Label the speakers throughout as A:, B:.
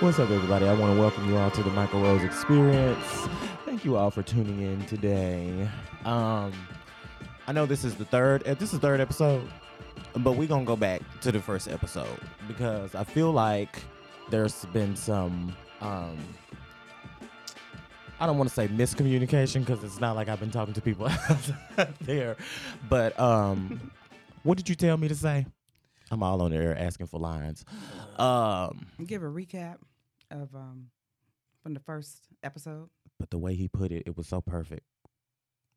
A: What's up, everybody? I want to welcome you all to the Michael Rose Experience. Thank you all for tuning in today. Um, I know this is the third. eh, This is the third episode, but we're gonna go back to the first episode because I feel like there's been some. Um, I don't want to say miscommunication because it's not like I've been talking to people out there, but um, what did you tell me to say? I'm all on there asking for lines. Um,
B: give a recap of um from the first episode.
A: but the way he put it, it was so perfect.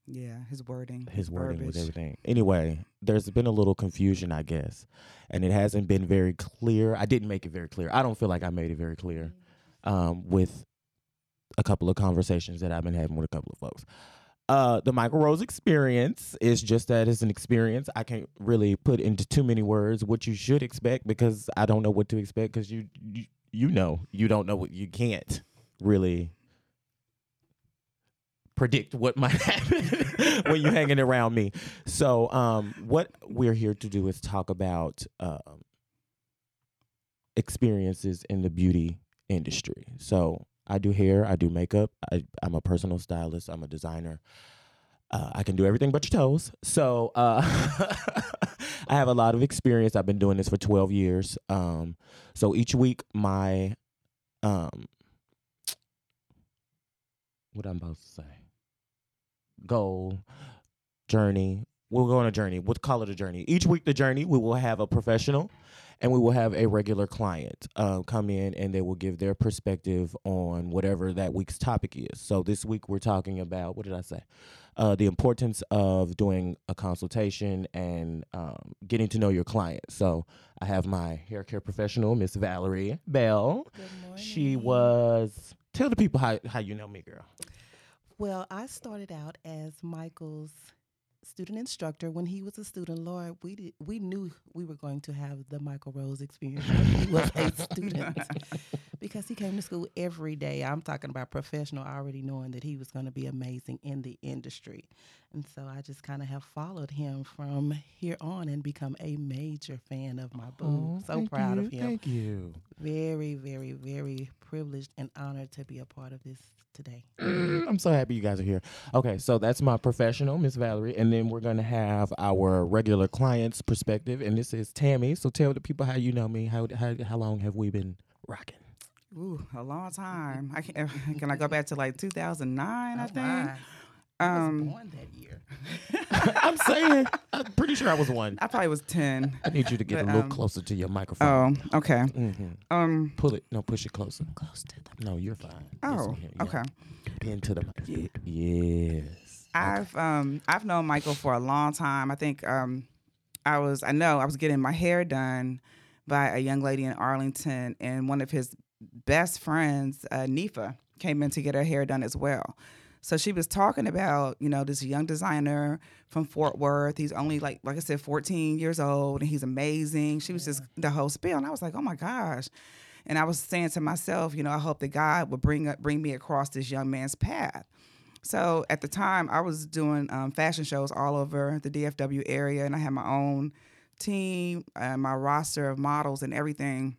B: Yeah, his wording.
A: his wording was
B: Mm-hmm. verbiage.
A: everything. Anyway, there's been a little confusion, I guess, and it hasn't been very clear. I didn't make it very clear. I don't feel like I made it very clear um, with a couple of conversations that I've been having with a couple of folks. Uh, the Michael Rose experience is just that it's an experience. I can't really put into too many words what you should expect because I don't know what to expect because you, you you know you don't know what you can't really predict what might happen when you're hanging around me. So, um, what we're here to do is talk about um, experiences in the beauty industry. So, I do hair, I do makeup, I, I'm a personal stylist, I'm a designer. Uh, I can do everything but your toes. So, uh, I have a lot of experience. I've been doing this for 12 years. Um, so, each week, my um, what I'm about to say. Goal, journey. We'll go on a journey. We'll call it a journey. Each week, the journey, we will have a professional and we will have a regular client uh, come in and they will give their perspective on whatever that week's topic is. So this week, we're talking about what did I say? Uh, the importance of doing a consultation and um, getting to know your client. So I have my hair care professional, Miss Valerie Bell. She was. Tell the people how, how you know me, girl.
C: Well, I started out as Michael's student instructor when he was a student. Lord, we did, we knew we were going to have the Michael Rose experience when he was a student because he came to school every day. I'm talking about professional, already knowing that he was going to be amazing in the industry, and so I just kind of have followed him from here on and become a major fan of my boo. so proud of him.
A: Oh, Thank you.
C: Very, very, very privileged and honored to be a part of this today.
B: Mm-hmm.
A: I'm so happy you guys are here. Okay, so that's my professional, Miss Valerie, and then we're gonna have our regular clients' perspective, and this is Tammy. So tell the people how you know me. How how, how long have we been rocking?
B: Ooh, a long time. I can can I go back to like 2009? I think.
C: I was
B: Um,
C: born that year.
A: I'm saying, I'm pretty sure I was one.
B: I probably was 10.
A: I need you to get
B: But,
A: a little
B: um,
A: closer to your microphone.
B: Oh, okay.
A: Mhm.
B: Um.
A: Pull it. No, push it closer.
C: Close to the
A: No, you're fine. Yes,
B: Oh,
A: I'm here. Yeah.
B: okay.
A: Into the mic. Yes.
B: I've um I've known Michael for a long time. I think um I was I know I was getting my hair done by a young lady in Arlington, and one of his best friends, uh, Nifa, came in to get her hair done as well. So she was talking about you know this young designer from Fort Worth. He's only like like I said, 14 years old, and he's amazing. She was just the whole spiel, and I was like, oh my gosh. And I was saying to myself, you know, I hope that God would bring up, bring me across this young man's path. So at the time, I was doing um, fashion shows all over the DFW area, and I had my own team, uh, my roster of models, and everything.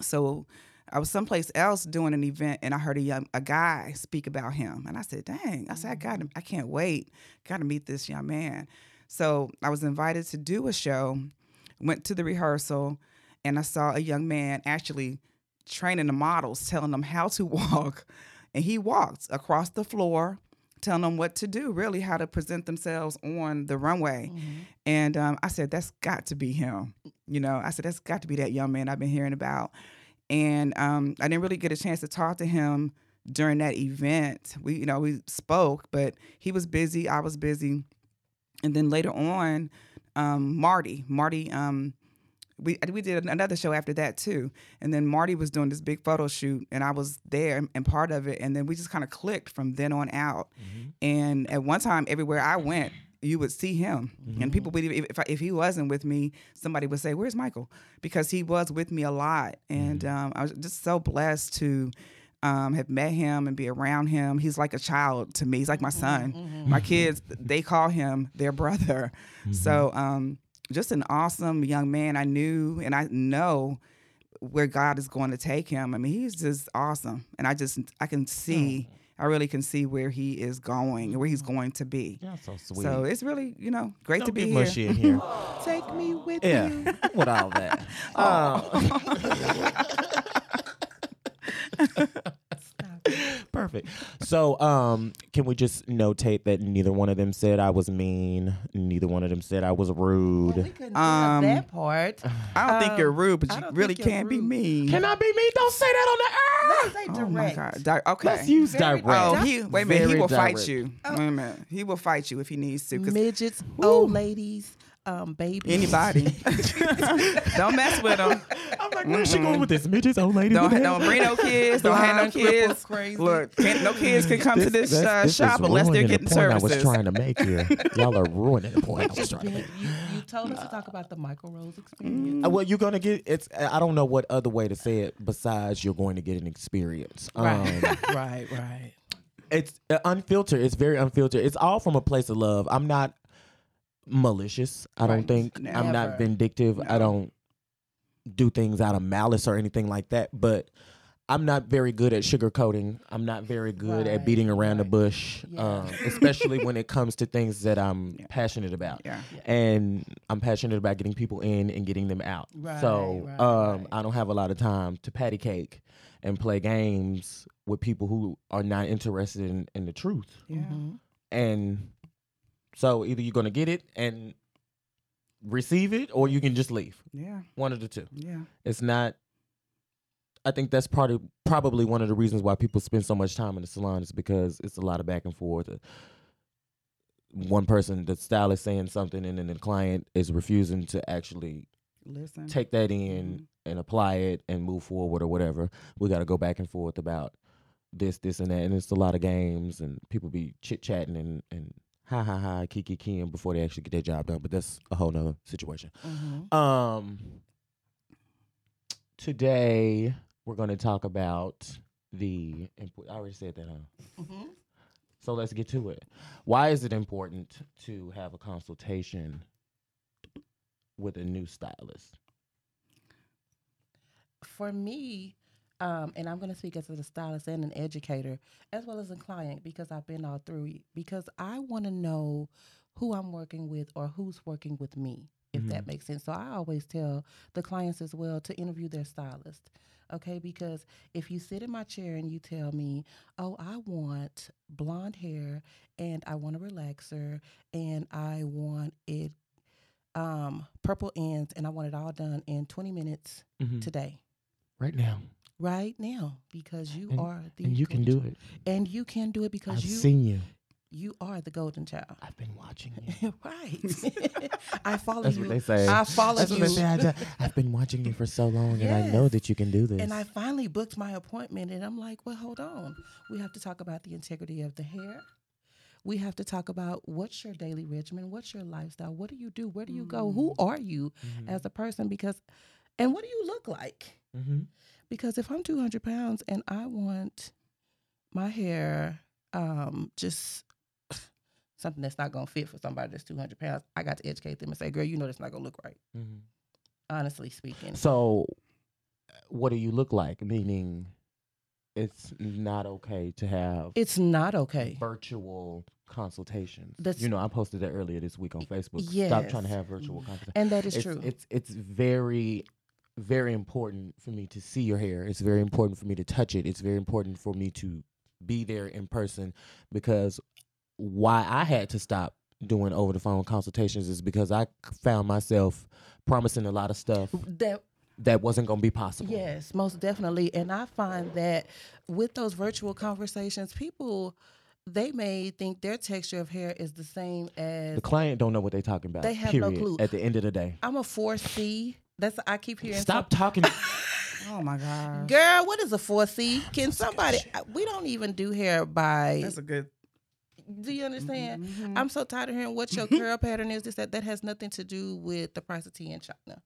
B: So I was someplace else doing an event, and I heard a young a guy speak about him, and I said, "Dang!" I said, "I got to I can't wait. Got to meet this young man." So I was invited to do a show. Went to the rehearsal, and I saw a young man actually training the models, telling them how to walk. And he walked across the floor, telling them what to do, really how to present themselves on the runway.
C: Mm-hmm.
B: And um, I said, that's got to be him. You know, I said, that's got to be that young man I've been hearing about. And um, I didn't really get a chance to talk to him during that event. We, you know, we spoke, but he was busy, I was busy. And then later on, um, Marty, Marty, um, we we did another show after that too, and then Marty was doing this big photo shoot, and I was there and part of it, and then we just kind of clicked from then on out. And at one time, everywhere I went, you would see him, and people would even- if I, if he wasn't with me, somebody would say, "Where's Michael?" Because he was with me a lot, and um, I was just so blessed to. Um, have met him and be around him. He's like a child to me. He's like my
C: Mm-hmm.
B: son. My
A: Mm-hmm.
B: kids, they call him their brother.
A: Mm-hmm.
B: So um, just an awesome young man I knew and I know where God is going to take him. I mean, he's just awesome, and I just I can see,
A: Hmm.
B: I really can see where he is going, where he's going to be.
A: Y'all so sweet.
B: So it's really, you know, great
A: Don't
B: to be
A: get
B: here.
A: mushy in here.
C: Take me with
A: yeah,
C: you.
A: with all that. Um,
C: Stop it.
A: perfect. So, um, can we just notate that neither one of them said I was mean. Neither one of them said I was
C: Well,
A: rude.
C: we couldn't
B: Um,
C: um, that part.
B: I don't think
C: Um,
B: you're rude, but
C: I
B: you
C: don't
B: really
C: think you're
B: can't be
C: rude.
B: mean.
A: can I be mean? Don't say that on the air.
C: Let's say direct.
B: Oh my God. Di- okay.
A: Let's use
C: Very
A: direct.
B: Oh,
C: Direct.
B: he wait a minute. He
A: Very
B: will fight
A: direct.
B: you.
C: Oh.
B: Wait a minute. He will fight you if he needs to. 'cause
C: Midgets, old ladies, um, babies.
B: anybody, don't mess with him.
A: I'm like, where's she going with this midgets, old lady?
B: Don't
A: What the hell?
B: don't bring no kids. Don't have no
C: Blind, crippled,
B: kids.
C: crazy.
B: Look, can't, no kids can come to
A: This-
B: this,
A: that's-
B: uh,
A: this is
B: shop unless they're
A: ruining
B: getting
A: the point I
B: services.
A: was trying to make here. Y'all are ruining the point I was trying to
C: You,
A: make.
C: you told us to talk about the Michael Rose experience.
A: Uh, Well, you're gonna get it's. uh, I don't know what other way to say it besides you're going to get an experience.
C: Right.
A: Um,
B: Mm.
C: right, right.
A: it's uh, unfiltered. It's very unfiltered. It's all from a place of love. I'm not malicious. I
B: Right.
A: don't think. I'm
C: Never.
A: not vindictive. I don't do things out of malice or anything like that. But I'm not very good at sugarcoating. I'm not very good at
C: Right,
A: beating around the
C: right.
A: bush,
C: Yeah.
A: um, especially when it comes to things that I'm
B: Yeah.
A: passionate about.
B: Yeah.
A: And I'm passionate about getting people in and getting them out.
C: Right,
A: so
C: right,
A: um,
C: right.
A: I don't have a lot of time to patty cake and play games with people who are not interested in, in the truth.
B: Yeah.
C: Mhm.
A: And so either you're going to get it and receive it or you can just leave.
B: Yeah.
A: One of the two.
B: Yeah.
A: It's not. I think that's part of probably one of the reasons why people spend so much time in the salon is because it's a lot of back and forth. Uh, One person, the stylist, saying something, and then the client is refusing to actually
B: Listen.
A: take that in and apply it and move forward or whatever. We got to go back and forth about this, this, and that, and it's a lot of games and people be chit chatting and and ha ha ha, kiki kiing before they actually get their job done. But that's a whole nother situation.
C: Mhm.
A: Um, today we're going to talk about the. impo- I already said that, huh?
C: Mhm.
A: So let's get to it. Why is it important to have a consultation with a new stylist?
C: For me, um, and I'm going to speak as a stylist and an educator, as well as a client, because I've been all through it, because I want to know who I'm working with or who's working with me, if that makes sense. So I always tell the clients as well to interview their stylist. Okay, because if you sit in my chair and you tell me, oh, I want blonde hair and I want a relaxer and I want it um, purple ends and I want it all done in 20 minutes
A: Mm.
C: today,
A: Mm-hmm. Right now,
C: right now, because you
A: And-
C: are the
A: and you can do it.
C: it, and you can do it because
A: I've
C: you
A: seen you.
C: you are the golden child.
A: I've been watching you.
C: right, I follow
A: That's
C: you.
A: what they say.
C: I follow
A: That's
C: you,
A: what they say. I have been watching you for so long, and I know
C: Yes.
A: that you can do this.
C: and I finally booked my appointment. And I'm like, well, hold on. We have to talk about the integrity of the hair. We have to talk about what's your daily regimen, what's your lifestyle, what do you do, where do you go, who
A: Mm.
C: are you
A: Mm-hmm.
C: as a person, because, and what do you look like.
A: Mhm.
C: because if I'm 200 pounds and I want my hair um, just something that's not gonna fit for somebody that's 200 pounds, I got to educate them and say, girl, you know that's not gonna look right.
A: Mhm.
C: Honestly speaking,
A: So, uh, what do you look like? Meaning, it's not okay to have
C: it's not okay.
A: virtual consultations.
C: That's-
A: you know, I posted that earlier this week on Facebook. Stop trying to
C: Yes.
A: have virtual consultations.
C: And that is
A: it's,
C: true.
A: It's it's very very important for me to see your hair. It's very important for me to touch it. It's very important for me to be there in person because why I had to stop doing over the phone consultations is because I found myself promising a lot of stuff
C: that
A: that wasn't going to be possible.
C: Yes, most definitely. And I find that with those virtual conversations, people they may think their texture of hair is the same as
A: The client don't know what they're talking about.
C: They have no
A: period,
C: clue.
A: At the end of the day,
C: I'm a 4C. That's I keep hearing some-
A: stop talking.
B: Oh my God.
C: Girl, what is a 4C? Can somebody I- we don't even do hair by
B: That's a good.
C: do you understand?
B: Mhm.
C: I'm so tired of hearing what
B: Mm-hmm.
C: your curl pattern is. This that that has nothing to do with the price of tea in China.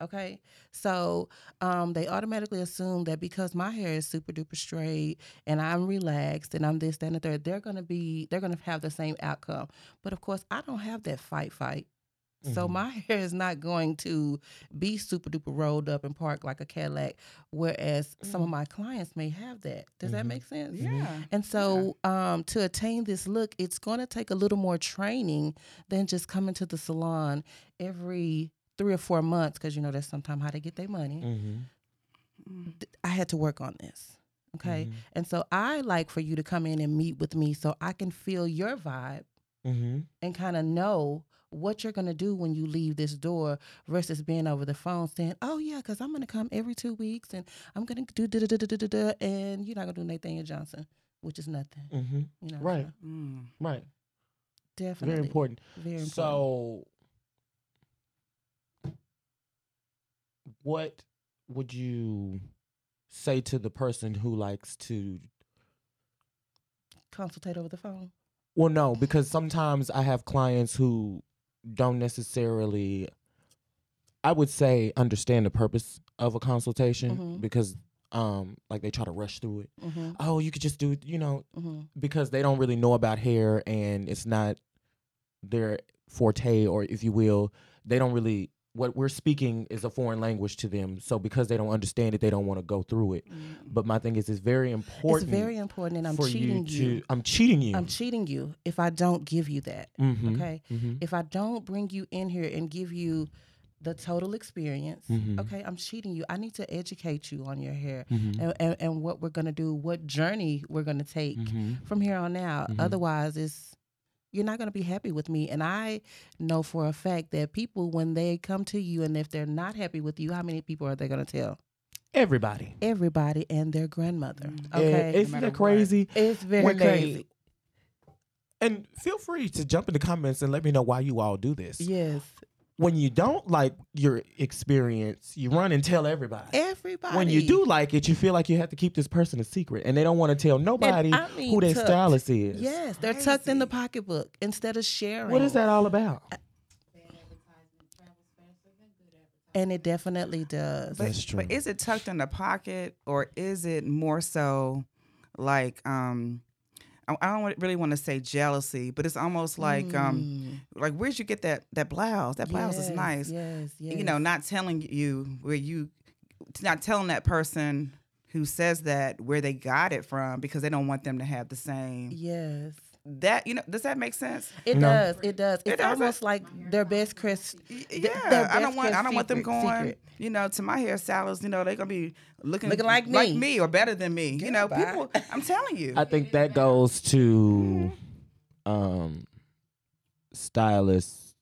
C: Okay. So um they automatically assume that because my hair is super duper straight and I'm relaxed and I'm this, that, and the third, they're gonna be they're gonna have the same outcome. But of course I don't have that fight fight. So
A: Mm-hmm.
C: my hair is not going to be super duper rolled up and parked like a Cadillac, whereas some of my clients may have that. Does that
A: Mhm.
C: make sense?
B: Yeah.
C: And so, um, to attain this look, it's going to take a little more training than just coming to the salon every three or four months, because you know that's sometimes how they get their money.
A: Mm-hmm.
B: Mm.
C: Th- I had to work on this. Okay.
A: Mm-hmm.
C: And so, I like for you to come in and meet with me so I can feel your vibe
A: Mm-hmm.
C: and kind of know what you're going to do when you leave this door versus being over the phone saying, oh, yeah, because I'm going to come every two weeks and I'm going to do da da da da da da, and you're not going to do Nathaniel Johnson, which is nothing.
A: Mm-hmm.
C: You know,
A: Right.
C: so
B: Mm.
A: Right.
C: definitely
A: Very important.
C: Very important.
A: So, what would you say to the person who likes to?
C: consultate over the phone.
A: Well, no, because sometimes I have clients who don't necessarily, I would say, understand the purpose of a consultation
C: Mhm.
A: because, um, like they try to rush through it.
C: Mm-hmm,
A: Oh, you could just do, it, you know,
C: mm-hmm,
A: because they don't really know about hair and it's not their forte or if you will they don't really what we're speaking is a foreign language to them so because they don't understand it they don't want to go through it but my thing is it's very
C: It's
A: important
C: very important, and I'm
A: for
C: cheating
A: you
C: you.
A: to i'm cheating you
C: I'm cheating you if I don't give you that.
A: mm-hmm.
C: Okay.
A: mm-hmm.
C: If I don't bring you in here and give you the total experience,
A: Mhm.
C: okay, I'm cheating you. I need to educate you on your hair
A: Mhm.
C: and, and, and what we're going to do, what journey we're going to take
A: Mm-hmm.
C: from here on out.
A: Mhm.
C: Otherwise, it's you're not going to be happy with me. And I know for a fact that people, when they come to you and if they're not happy with you, how many people are they going to tell?
A: everybody
C: everybody and their grandmother.
B: Mm.
A: okay
C: Okay.
A: it's
B: No matter
A: that
B: what.
A: crazy
C: it's very
A: when they-
C: crazy.
A: and feel free to jump in the comments and let me know why you all do this
C: Yes.
A: when you don't like your experience you run and tell everybody
C: Everybody.
A: when you do like it, you feel like you have to keep this person a secret, and they don't want to tell nobody
C: And I mean
A: who their
C: tucked.
A: stylist is.
C: Yes, they're tucked in the
B: Crazy.
C: pocketbook instead of sharing.
A: What is that all about?
C: And it definitely does.
A: But- That's
B: But
A: true.
B: is it tucked in the pocket or is it more so like um I I don't really want to say jealousy, but it's almost like um
A: Mm.
B: like where'd you get that that blouse? That blouse is nice.
C: Mm-hmm. Yes, yes.
B: You know, not telling you where you not telling that person who says that where they got it from because they don't want them to have the same
C: Yes.
B: that you know does that make sense
C: It
A: No.
C: does. It does. It's
B: doesn't.
C: almost like their best Chris.
B: Y-
C: Th-
B: yeah
C: their
B: i
C: best
B: don't want i
C: kept
B: don't want them
C: secret-
B: going
C: secret.
B: you know to my hairstylist you know they're gonna be looking,
C: Looking like me.
B: like me or better than me you know
C: Girl, bye.
B: people i'm telling you
A: I think that goes to um, stylists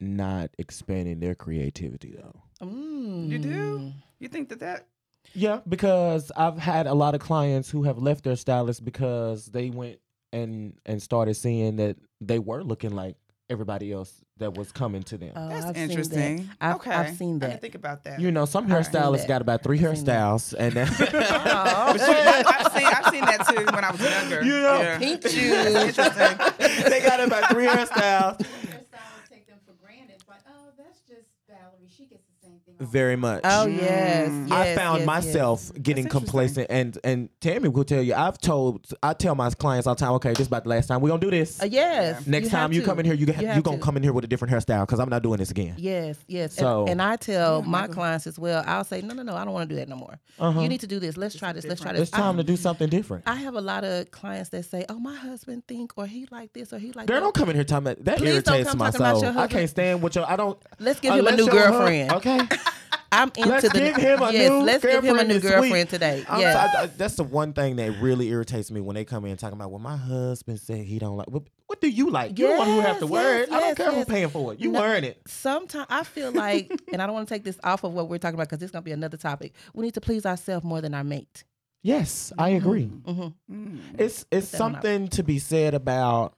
A: not expanding their creativity, though.
C: Mm.
B: you do you think that that
A: Yeah, because I've had a lot of clients who have left their stylist because they went and and started seeing that they were looking like everybody else that was coming to them.
C: Oh,
B: that's
C: I've seen that.
B: interesting
C: I've,
B: okay
C: I've seen
B: I
C: that.
B: didn't think about that
A: you know, some
C: I've seen
A: hairstylists
C: that.
A: got about three
C: I've seen that.
A: hairstyles, and
C: Oh,
A: Oh,
B: But you- I've seen I've seen that too when I was younger.
A: You know,
C: Pink
B: That's
C: juice.
B: interesting.
A: they got about three hairstyles.
D: hairstylists take them for granted. It's like, oh, that's just Valerie. She gets the same thing. all the
A: Very
D: time."
A: much.
C: Oh yes,
B: Mm.
A: I
C: yes,
A: found
C: yes, yes.
A: myself getting
B: That's interesting.
A: complacent, and and Tammy will tell you. I've told I tell my clients all the time. Okay, this is about the last time. We gonna do this.
C: Uh, yes.
A: Next
C: have
A: time you
C: to.
A: come in here, you you,
C: You have
A: you gonna
C: to.
A: come in here with a different hairstyle because I'm not doing this again.
C: Yes, yes. And-
A: So-
C: and, I tell
B: Yeah,
C: my
B: Michael.
C: clients as well. I'll say, no, no, no, I don't want to do that no more.
A: Uh-huh.
C: You need to do this. Let's try this. Let's try this.
A: It's time
C: I,
A: to do something different.
C: I have a lot of clients that say, oh, my husband think or he like this or he like
A: Girl,
C: that.
A: don't come in here talking about that.
C: Please don't
A: irritates
C: come
A: my
C: talking about
A: soul.
C: your
A: I
C: husband.
A: can't stand what your. I don't.
C: Let's give him a
A: unless
C: new
A: your hus-
C: girlfriend.
A: okay.
C: I'm into
A: Let's
C: the
A: give him a
C: yes.
A: new
C: let's give him a
A: girlfriend
C: new
A: this
C: girlfriend
A: week.
C: today.
A: I'm
C: yes.
A: sorry, I- that's the one thing that really irritates me when they come in talking about, well, my husband said he don't like. What, what do you like? You're the one who have to
C: Yes,
A: wear
C: yes,
A: it. I don't
C: yes,
A: care who's
C: yes.
A: paying for it. You
C: No.
A: wearing it.
C: Sometimes I feel like, and I don't want to take this off of what we're talking about because this is going to be another topic. We need to please ourselves more than our mate.
A: Yes, I agree.
C: hmm
B: Mm.
A: Mm-hmm. It's it's
C: that one up.
A: something to be said about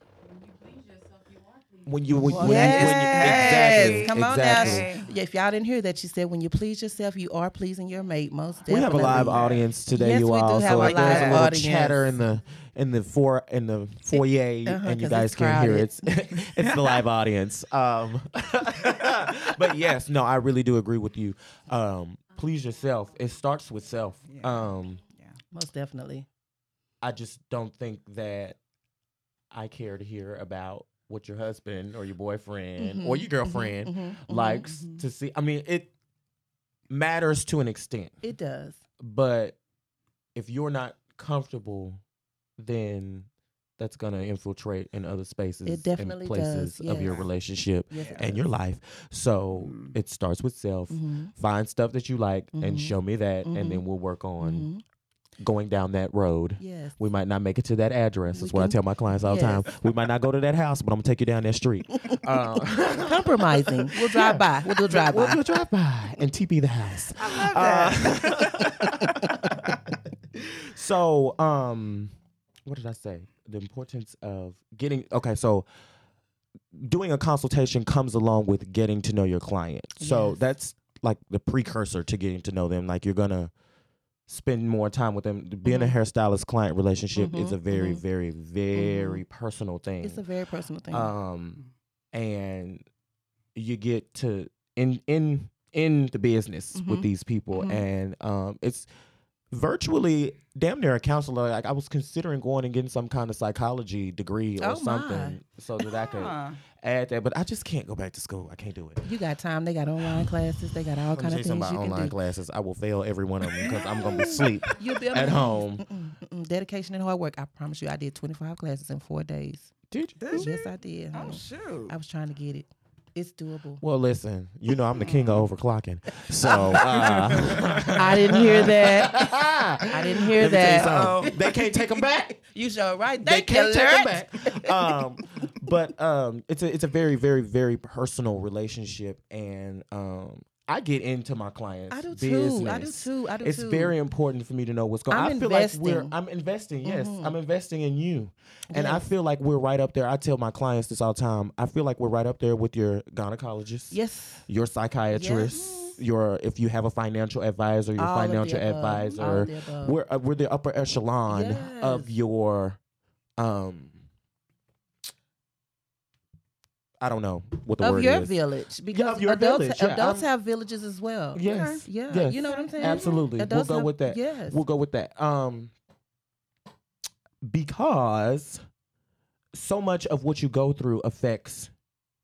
A: when you when, when,
B: Yes.
A: when you exactly
C: Come on
A: exactly.
B: Hey.
C: now. Yeah, If y'all didn't hear that, she said when you please yourself, you are pleasing your mate. Most definitely.
A: We have a live audience today,
C: Yes,
A: you
C: we do
A: all.
C: have
A: so
C: a
A: if there's a
B: live
A: little
C: audience.
A: chatter in the in the for in the foyer,
C: uh-huh,
A: and you
C: 'cause
A: guys
C: it's
A: can hear it.
C: crowded.
A: It's, it's the live audience. Um, but yes, no, I really do agree with you. Um, please yourself. It starts with self. Um,
C: Most definitely.
A: I just don't think that I care to hear about what your husband or your boyfriend
C: Mm-hmm.
A: or your girlfriend likes to see. I mean, it matters to an extent,
C: It does.
A: but if you're not comfortable, then that's gonna infiltrate in other spaces
C: definitely
A: and places
C: does,
A: of your
C: yes.
A: relationship
C: Yes, it
A: and your life. So
B: Mhm.
A: it starts with self.
C: Mhm,
A: Find stuff that you like and
C: Mhm.
A: show me that,
C: Mhm.
A: and then we'll work on
C: mhm.
A: going down that road.
C: Yes.
A: We might not make it to that address.
C: We
A: That's what I
C: can-
A: tell my clients all the
C: Yes.
A: time. We might not go to that house, but I'm gonna take you down that street. Uh,
C: Compromising. We'll drive by. We'll do a drive
A: We'll
C: by.
A: do a drive by and TP the house.
B: I love that.
A: Uh, so, um, what did I say? The importance of getting okay. So, doing a consultation comes along with getting to know your client. So
C: Yes.
A: that's like the precursor to getting to know them. Like you're gonna spend more time with them. Being
C: Mhm.
A: a hairstylist client relationship is
C: Mhm,
A: a very,
C: mhm.
A: very, very personal thing.
C: Mm-hmm. It's a very personal thing.
A: Um, and you get to in in in the business with
C: Mhm.
A: these people,
C: Mhm.
A: and um, it's virtually damn near a counselor. Like I was considering going and getting some kind of psychology degree or
C: Oh, my. Ah.
A: something so that I could
B: Huh.
A: add that, but I just can't go back to school. I can't do it.
C: you got time. They got online classes. They got all
A: I'm gonna
C: kind
A: tell you
C: of
A: something about
C: things you
A: online
C: can do.
A: classes. I will fail every one of them because I'm gonna be asleep
C: You'll be
A: at
C: amazed.
A: home.
C: Mm-mm, mm-mm. Dedication and hard work. I promise you, I did 25 classes in four days.
A: Did you?
B: Did you?
C: Yes, I did.
B: Oh
C: honey.
B: shoot!
C: I was trying to get it. It's doable.
A: Well, listen, you know I'm the king of
C: Mm.
A: overclocking, so uh,
C: I didn't hear that.
A: I
C: I didn't hear that.
A: They can't take them back.
C: You sure right.
A: They
C: Oh. Thank you,
A: can't take them
C: Lord.
A: back. Um, but um, it's a it's a very very very personal relationship, and um, I get into my clients.
C: I do
A: business.
C: too. I do too. I do
A: It's
C: too.
A: very important for me to know what's going. on. I
C: I'm
A: feel like we're
C: investing.
A: I'm investing. Yes,
C: Mhm.
A: I'm investing in you, and I
C: Yes.
A: feel like we're right up there. I tell my clients this all the time. I feel like we're right up there with your gynecologist
C: yes.
A: your psychiatrist, your if you have a financial advisor, your
C: All of the
A: financial
C: above. All of
A: advisor.
C: the above.
A: We're uh, we're the upper echelon of
C: Yes.
A: your um I don't know what the
C: of
A: word
C: your
A: is.
C: village because
A: your
C: adults,
A: village, yeah,
C: adults
A: I'm-
C: have villages as well.
A: Yes.
C: Yeah,
A: Yes.
C: you know what I'm saying.
A: Absolutely. We'll
C: Adults
A: go
C: have-
A: with that.
C: Yes,
A: We'll go with that. Um because so much of what you go through affects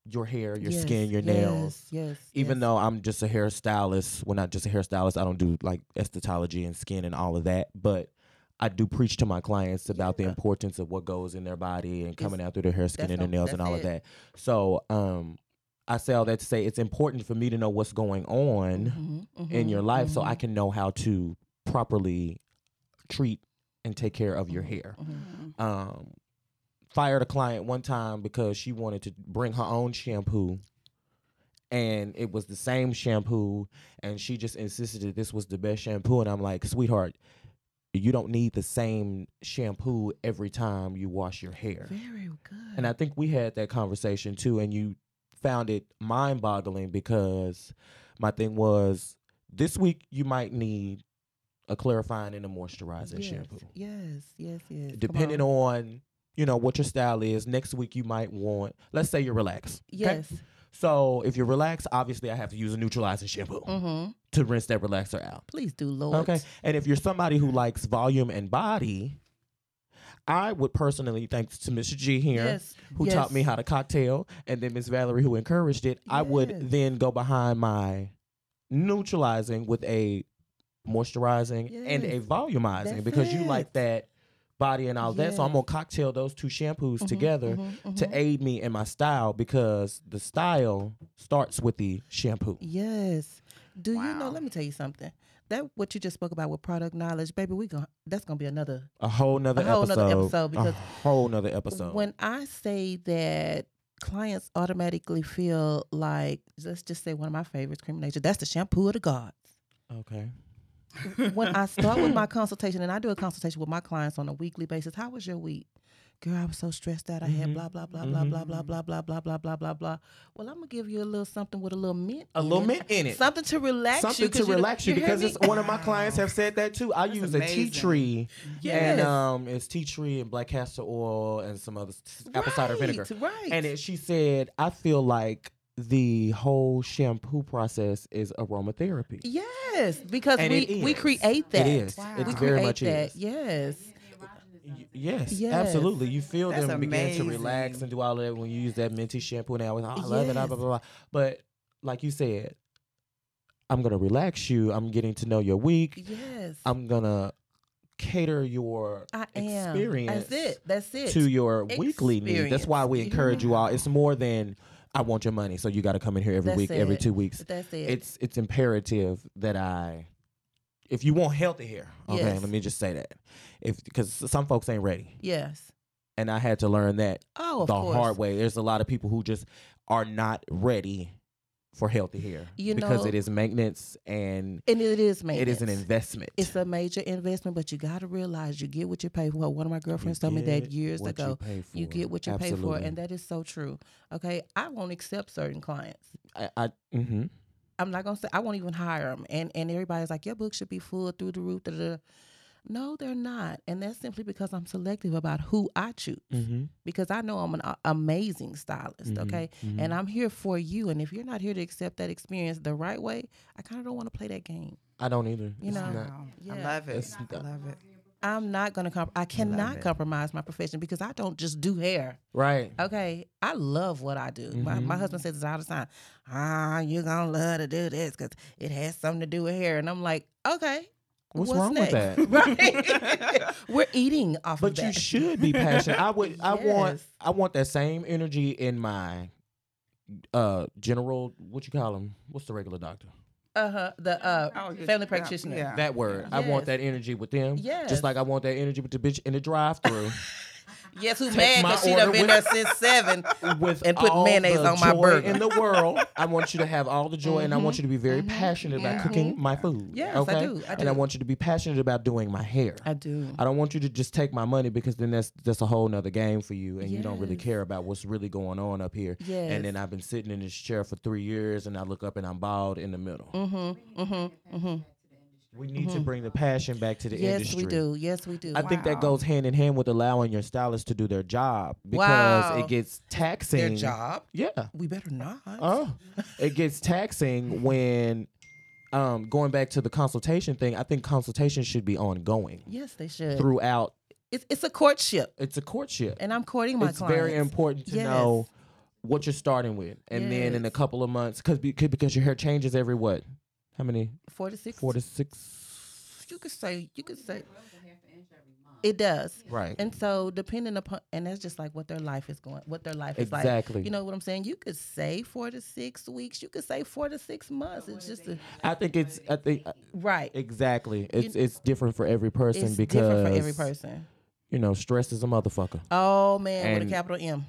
A: your hair, your
C: Yes,
A: skin, your
C: yes,
A: nails.
C: Yes,
A: even
C: yes.
A: though I'm just a hairstylist, well, not just a hairstylist, I don't do like esthetology and skin and all of that, but I do preach to my clients about the
C: Yeah.
A: importance of what goes in their body and coming
C: It's-
A: out through their hair, skin,
C: that's
A: and their
C: the-
A: nails and
C: that's
A: all of
C: it.
A: that. So, um, I say all that to say it's important for me to know what's going on
C: Mhm,
A: in
C: mhm,
A: your life so I
C: mhm,
A: can know how to properly treat and take care of your hair
C: mhm.
A: um, fired a client one time because she wanted to bring her own shampoo and it was the same shampoo and she just insisted that this was the best shampoo and i'm like sweetheart you don't need the same shampoo every time you wash your hair
C: Very good.
A: and i think we had that conversation too and you found it mind-boggling because my thing was this week you might need a clarifying and a moisturizing
C: yes,
A: shampoo
C: Yes, yes, yes. Come
A: depending on. you know what your style is next week you might want let's say you're relaxed okay?
C: yes.
A: so if you're relaxed obviously i have to use a neutralizing shampoo
C: Mm-hmm.
A: to rinse that relaxer out
C: Please do, Lord.
A: okay and if you're somebody who likes volume and body i would personally thanks to mr g here
C: Yes.
A: who
C: yes.
A: taught me how to cocktail and then miss valerie who encouraged it i
C: Yes.
A: would then go behind my neutralizing with a moisturizing and a
C: Yes.
A: volumizing
C: That's
A: because you
C: it.
A: like that body and all that so i'm
C: Yes.
A: gonna cocktail those two shampoos
C: Mhm,
A: together
C: mhm, mhm.
A: to aid me in my style because the style starts with the shampoo
C: Yes. Do you know?
B: Wow.
C: Let me tell you something. That what you just spoke about with product knowledge, baby. We going that's gonna be another
A: a whole nother
C: A whole
A: episode,
C: nother episode
A: a
C: because
A: whole nother episode
C: When I say that clients automatically feel like, let's just say one of my favorites, Cream of Nature, that's the shampoo of the gods.
A: okay
C: When I start with my consultation, and I do a consultation with my clients on a weekly basis, how was your week? Girl, I was so stressed out. I had
A: Mhm.
C: blah blah blah blah blah
A: Mhm.
C: blah blah blah blah blah blah blah blah. Well, I'm gonna give you a little something with a little mint,
A: a
C: in
A: little
C: it.
A: mint in it
C: something to relax
A: something
C: you, 'cause
A: to
C: you-
A: relax you,
C: you hear
A: because
C: me?
A: it's one of my clients have said that too. I
B: That's
A: use a tea
B: amazing.
A: tree
C: Yes.
A: and um it's tea tree and black castor oil and some other s- apple cider vinegar.
C: Right, Right,
A: And it, she said, I feel like the whole shampoo process is aromatherapy.
C: yes, because
A: And
C: we
A: it
C: we
A: is.
C: create that.
A: It is.
D: Wow.
A: It's
C: We
A: very
C: create
A: much
C: that.
A: is.
C: Yes.
D: The erogenous
A: Y- Yes,
C: Yes.
A: absolutely. You feel
B: That's
A: them begin to relax
B: amazing.
A: and do all of that when you use that minty shampoo. And I was, oh, I love it. ah,
C: Yes.
A: Blah, blah, blah. But like you said, I'm gonna relax you. I'm getting to know your week.
C: Yes.
A: I'm gonna cater your
C: I am.
A: experience
C: That's it. That's it.
A: to your weekly needs. That's why we
C: Experience.
A: encourage you all. It's more than I want your money, so you got to come in here every
C: That's
A: week, every
C: it.
A: two weeks.
C: That's it.
A: It's it's imperative that I, if you want healthy hair, okay,
C: Yes.
A: let me just say that, if because some folks ain't ready,
C: yes.
A: and I had to learn that
C: Oh, of
A: the
C: course.
A: hard way. There's a lot of people who just are not ready for healthy hair
C: You
A: because it
C: know-
A: is maintenance and
C: And it is
A: it
C: maintenance.
A: is an investment.
C: It's a major investment, but you got to realize you get what you pay for. One of my
A: You
C: girlfriends told me that
A: get
C: years
A: what
C: ago.
A: pay
C: You
A: for.
C: get what you pay for,
A: Absolutely.
C: and that is so true. Okay, I won't accept certain clients.
A: I, I mm-hmm.
C: I'm not gonna say I won't even hire them. And and everybody's like, your book should be full through the roof. Da, da, da. No, they're not, and that's simply because I'm selective about who I choose.
A: Mm-hmm.
C: Because I know I'm an a- amazing stylist, okay,
A: Mm-hmm.
C: and I'm here for you. And if you're not here to accept that experience the right way, I kind of don't want to play that game.
A: I don't either.
C: You
A: It's
C: know,
A: not-
B: Wow. I
C: Yeah.
B: love it.
A: It's
B: I
A: not-
B: love it.
C: I'm not gonna comp- I cannot
B: it.
C: compromise my profession because I don't just do hair.
A: right.
C: Okay, I love what I do. My,
A: Mm-hmm.
C: my husband says it all the time. Ah, you're gonna love to do this because it has something to do with hair. And I'm like, okay,
A: What's wrong with
C: next?
A: that?
C: right, we're eating off of
A: But
C: that.
A: you should be passionate. I would. I want.
C: Yes.
A: I want that same energy in my uh general. What you call him? What's the regular doctor?
C: uh-huh, the uh,
B: Oh, good
C: family
B: job.
C: practitioner.
B: Yeah.
A: That word. I want
C: Yes.
A: that energy with them.
C: Yes.
A: Just like I want that energy with the bitch in the drive-through
C: Yes, who's mad
A: my
C: because she done
A: order
C: been there
A: with-
C: since seven.
A: with
C: And put
A: all
C: mayonnaise
A: the
C: on my
A: joy
C: burger.
A: in the world. I want you to have all the joy, and I want you to be very passionate about cooking my food.
C: Mm-hmm. Yes, I
A: okay?
C: do, I
A: And I
C: do.
A: want you to be passionate about doing my hair.
C: I do.
A: I don't want you to just take my money because then that's that's a whole nother game for you, and you don't really
C: Yes.
A: care about what's really going on up here. And then
C: Yes.
A: I've been sitting in this chair for three years, and I look up and I'm bald in the middle.
C: Mm-hmm, mm-hmm, mm-hmm.
A: We need to bring the passion back to the
C: Yes,
A: industry.
C: we do. Yes, we do.
A: I think that
B: Wow.
A: goes hand in hand with allowing your stylist to do their job because
C: Wow.
A: it gets taxing.
C: Their job.
A: Yeah.
C: We better not.
A: Oh, it gets taxing when um, going back to the consultation thing. I think consultation should be ongoing
C: Yes, they should.
A: throughout.
C: It's, it's a courtship.
A: It's a courtship.
C: and I'm courting my
A: it's
C: clients.
A: very important to
C: Yes.
A: know what you're starting with, and then in a
C: Yes.
A: couple of months, because because your hair changes every what? How many?
C: Four to six.
A: Four to six.
C: You could say. You could say. It does.
A: Right.
C: And so, depending upon, and that's just like what their life is going, what their life is
A: Exactly.
C: like. You know what I'm saying? You could say four to six weeks. You could say four to six months. It's just a,
A: I think it's. I think
C: right.
A: exactly. It's it's different for every person
C: It's
A: because
C: different for every person.
A: You know, stress is a motherfucker.
C: Oh man, with
A: And-
C: a capital M.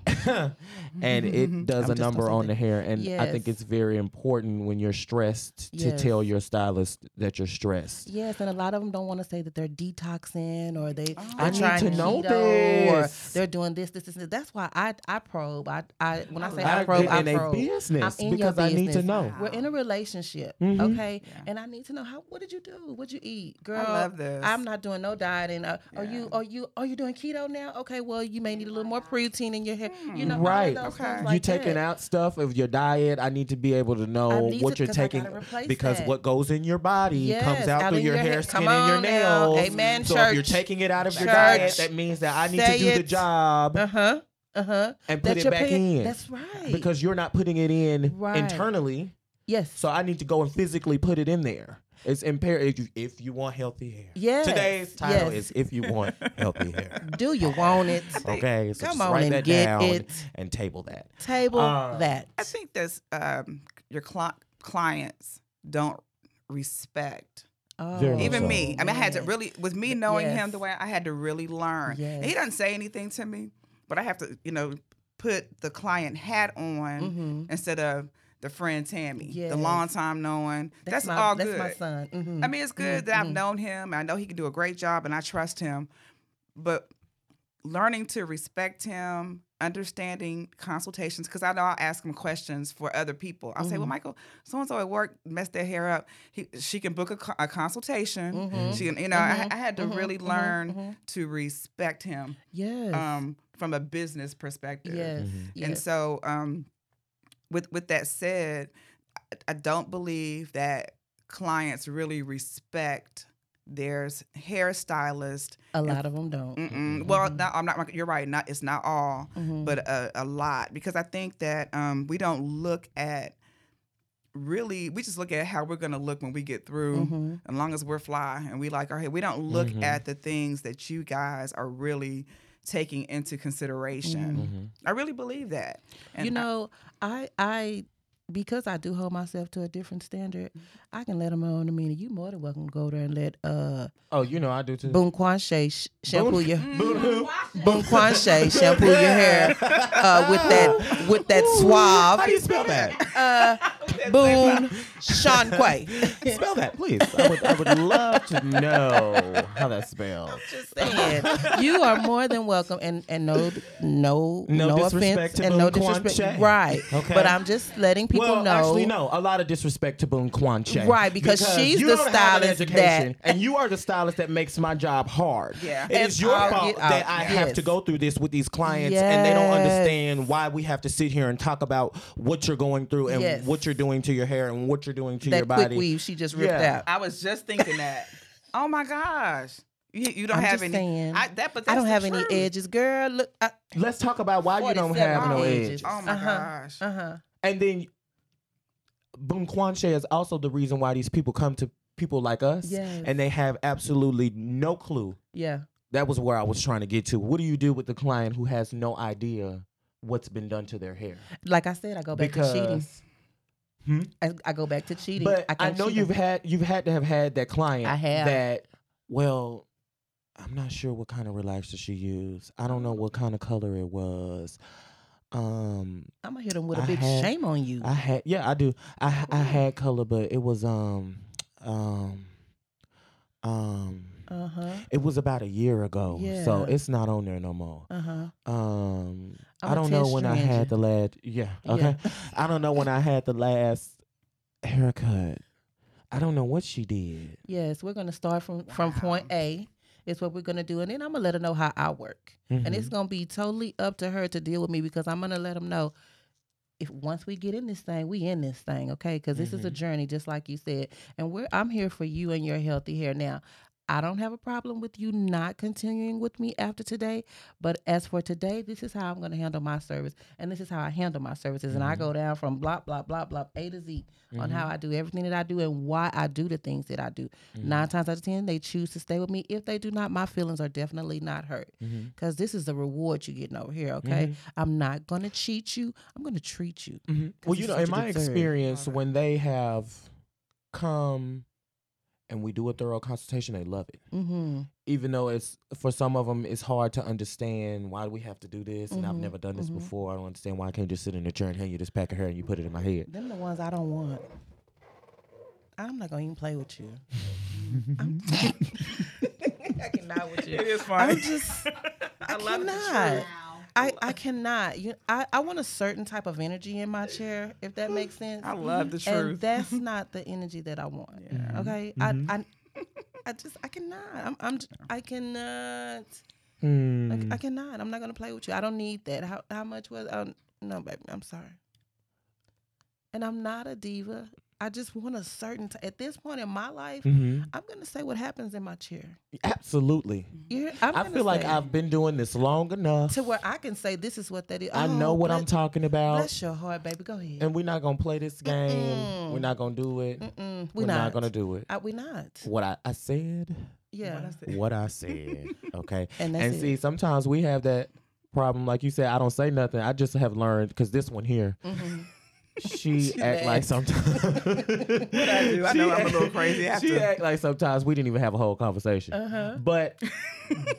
A: and it does a
C: Mm-hmm. just gonna
A: number
C: say
A: on
C: that.
A: the hair. And I think
C: Yes.
A: it's very important when you're stressed to tell
C: Yes.
A: your stylist that you're stressed.
C: Yes, and a lot of them don't want to say that they're detoxing or they
A: I
C: they're
A: need
C: trying
A: to know
C: keto
A: this.
C: or they're doing this, this, this, this. That's why I I probe. I I when I say I,
A: I
C: probe,
A: get
C: I
A: in a
C: probe.
A: business
C: I'm in your
A: because I need to
C: business.
A: know.
C: We're in a relationship,
A: Mhm.
C: okay? And I need to know how. What did you do? What you eat, girl?
B: love this.
C: I'm not doing no dieting. Uh, Are you? Are you? Are you doing keto now? Okay. Well, you may need a little more protein in your hair. You know, all of
A: Right.
C: those
B: Hmm. Okay.
C: things
A: you
B: You
C: like
A: taking
C: that.
A: out stuff of your diet. I need to be able to know
C: need
A: what
C: to-
A: you're
C: 'cause I
A: taking
C: gotta replace
A: because
C: that.
A: what goes in your body comes
C: Yes,
A: out,
C: out
A: through
C: in
A: your
C: your
A: hair,
C: hair.
A: skin,
C: Come
A: and your
C: on now.
A: nails.
C: Amen,
A: so if you're
C: church.
A: taking it out of your
C: Church.
A: diet, that means that I need
C: Say
A: to do the
C: it.
A: job
C: Uh huh. Uh huh.
A: and put it back in
C: That's right.
A: because you're not putting it in
C: Right.
A: internally.
C: yes.
A: So I need to go and physically put it in there. It's imperative if you, if you want healthy hair.
C: Yes,
A: Today's title is
C: yes.
A: if you want healthy hair.
C: Do you want it?
A: Okay, so
C: Come
A: just
C: on
A: write
C: and
A: that
C: get
A: down
C: it.
A: and table that.
C: Table
A: Uh,
C: that.
B: I think that's um, your cli clients don't respect
A: Very
C: Oh,
A: much
B: even
A: so.
B: me. I mean, I had to
C: man.
B: really with me knowing him
C: Yes.
B: the way I had to really learn. And he
C: Yes.
B: doesn't say anything to me, but I have to you know put the client hat on
C: Mhm.
B: instead of the friend Tammy,
C: Yes.
B: the long time knowing. That's,
C: my,
B: all
C: that's
B: good.
C: my son. Mhm.
B: I mean, it's good that I've known him. I know he can do a great job, and I trust him. But learning to respect him, understanding consultations, because I know I'll ask him questions for other people. I'll say, "Well, Michael, so and so at work messed their hair up. He, she can book a, co- a consultation.
C: Mm-hmm.
B: She, can, you know, I, I had to really learn to respect him
C: Yes.
B: um, from a business perspective.
C: yes.
A: Mm-hmm.
C: yes.
B: And so, um, with with that said, I, I don't believe that clients really respect There's hairstylist.
C: A lot of them don't.
B: Mm-mm. Well, no, I'm not. You're right. Not it's not all,
C: Mhm.
B: but a, a lot because I think that um, we don't look at really. We just look at how we're gonna look when we get through.
C: Mhm.
B: as long as we're fly and we like our hair. We don't look
C: Mm-hmm.
A: Mhm.
B: at the things that you guys are really taking into consideration.
C: Mm-hmm.
A: Mm-hmm.
B: I really believe that.
C: you
B: I-
C: know, I I because I do hold myself to a different standard, I can let them own the meaning. You more than welcome to go there and let uh
A: Oh, you know I do too. Mm-hmm.
C: Boon Quan Shay sh- shampoo
A: Boon-
C: your
B: Mm-hmm.
A: Boo-hoo.
C: Boon Quan Shay shampoo your hair uh, with that with that suave.
A: How do you spell that?
C: uh, Boone Sean Quay.
A: spell that, please. I would, I would love to know how that's spelled.
C: Just saying, you are more than welcome, and and no no
A: No
C: no,
A: disrespect
C: offense
A: to
C: and no
A: Boone Quan
C: disrespect,
A: Shay.
C: right?
A: Okay.
C: But I'm just letting people
A: well,
C: know.
A: actually, no. A lot of disrespect to Boone Quan Che.
C: Right, because she's
A: you
C: the
A: don't have an
C: stylist that-
A: education, and you are the stylist that makes my job hard.
B: Yeah.
A: it is your
C: I'll
A: fault
C: get out,
A: that I have to
C: Oh, yes.
A: go through this with these clients, and they don't
C: Yes.
A: understand why we have to sit here and talk about what you're going through and
C: Yes.
A: what you're doing to your hair and what you're doing to
C: that
A: your
C: quick
A: body.
C: weave she just ripped
A: Yeah.
C: out.
B: I was just thinking that. oh my gosh. You, you don't
C: I'm
B: have
C: just
B: any.
C: saying.
B: I, that, but
C: I don't
B: that's
C: have
B: the
C: any
B: truth.
C: edges, girl. Look, uh
A: Let's talk about why you don't
C: 47
A: have no
C: edges.
A: edges.
B: Oh my
C: Uh-huh.
B: gosh.
C: huh.
A: And then Boom Kwanshe is also the reason why these people come to people like us
C: Yes.
A: and they have absolutely no clue.
C: Yeah.
A: That was where I was trying to get to. What do you do with the client who has no idea what's been done to their hair?
C: Like I said, I go back to Oh, cheating. I, I go back to cheating.
A: But I,
C: can't
A: know
C: cheat
A: you've
C: them.
A: had you've had to have had that client
C: I have.
A: that well I'm not sure what kind of relaxer she used. I don't know what kind of color it was. Um
C: I'm gonna hit them with a
A: I
C: big
A: had-
C: shame on you.
A: I had yeah, I do. I I had color, but it was um um um
C: Uh huh.
A: it was about a year ago. So
C: Yeah.
A: it's not on there no more.
C: Uh huh.
A: Um I'm
C: I'm a
A: I do not know
C: test
A: when I
C: stranger.
A: had the last yeah, okay. I don't know when I had the last haircut. I don't know what she did.
C: Yes, we're gonna start from from point A. Is what we're gonna do, and then I'm gonna let her know how I work,
A: Mm-hmm.
C: and it's gonna be totally up to her to deal with me because I'm gonna let them know. If once we get in this thing, we in this thing, okay? Because this is a journey, just like you said, and we're I'm here for you and your healthy hair. Now, I don't have a problem with you not continuing with me after today, but as for today, this is how I'm going to handle my service, and this is how I handle my services, and I go down from blah blah blah blah A to Z
A: Mm-hmm.
C: on how I do everything that I do and why I do the things that I do.
A: Mm-hmm.
C: Nine times out of ten, they choose to stay with me. If they do not, my feelings are definitely not hurt
A: Mm-hmm.
C: because this is the reward you're getting over here. Okay, I'm not going to cheat you. I'm going to treat you.
A: Mm-hmm. Well,
C: this
A: you
C: is
A: know,
C: what
A: in
C: you
A: my
C: deserve.
A: experience,
B: Alright.
A: when they have come and we do a thorough consultation, they love it.
C: Mm-hmm.
A: even though it's for some of them it's hard to understand why we have to do this and i've
C: Mhm,
A: never done this
C: mhm.
A: before i don't understand why i can't just sit in the chair and hand you this pack of hair and you put it in my head
C: Them the ones I don't want. I'm not gonna even play with you. I'm- I cannot
B: It
C: with you.
B: is funny.
C: I'm just. I,
B: love it. It's
C: cannot.
D: Wow.
C: I, I cannot. You, I, I want a certain type of energy in my chair, if that makes sense.
B: I love the
C: and
B: truth.
C: that's not the energy that I want.
B: Yeah.
C: Okay. I, I I just I cannot. I'm, I'm j- I cannot.
A: Hmm.
C: I,
A: Mm.
C: I cannot. I'm not gonna play with you. I don't need that. How how much was? Um, no, baby. I'm sorry. And I'm not a diva. I just want a certain. T- at this point in my life,
A: Mhm.
C: I'm gonna say what happens in my chair.
A: absolutely
C: You're, I'm
A: i
C: gonna
A: feel like
C: say
A: i've been doing this long enough
C: to where I can say this is what that is.
A: i know
C: Oh,
A: what i'm
C: bless-
A: talking about
C: Bless your heart, baby. Go ahead.
A: and we're not gonna play this game we're
C: Mm-mm.
A: not gonna do it
C: Mm-mm,
A: we're,
C: we
A: not. gonna do it
C: I, we not.
A: what I, I said
C: Yeah.
B: What I said.
A: what i said okay
C: And that's
A: and
C: it.
A: see sometimes we have that problem like you said i don't say nothing i just have learned because this one here
C: Mhm.
A: She,
C: She
A: act like
C: mad.
A: sometimes.
B: I do? I know I'm a little crazy
A: She
B: after.
A: act like sometimes we didn't even have a whole conversation,
C: Uh-huh.
A: but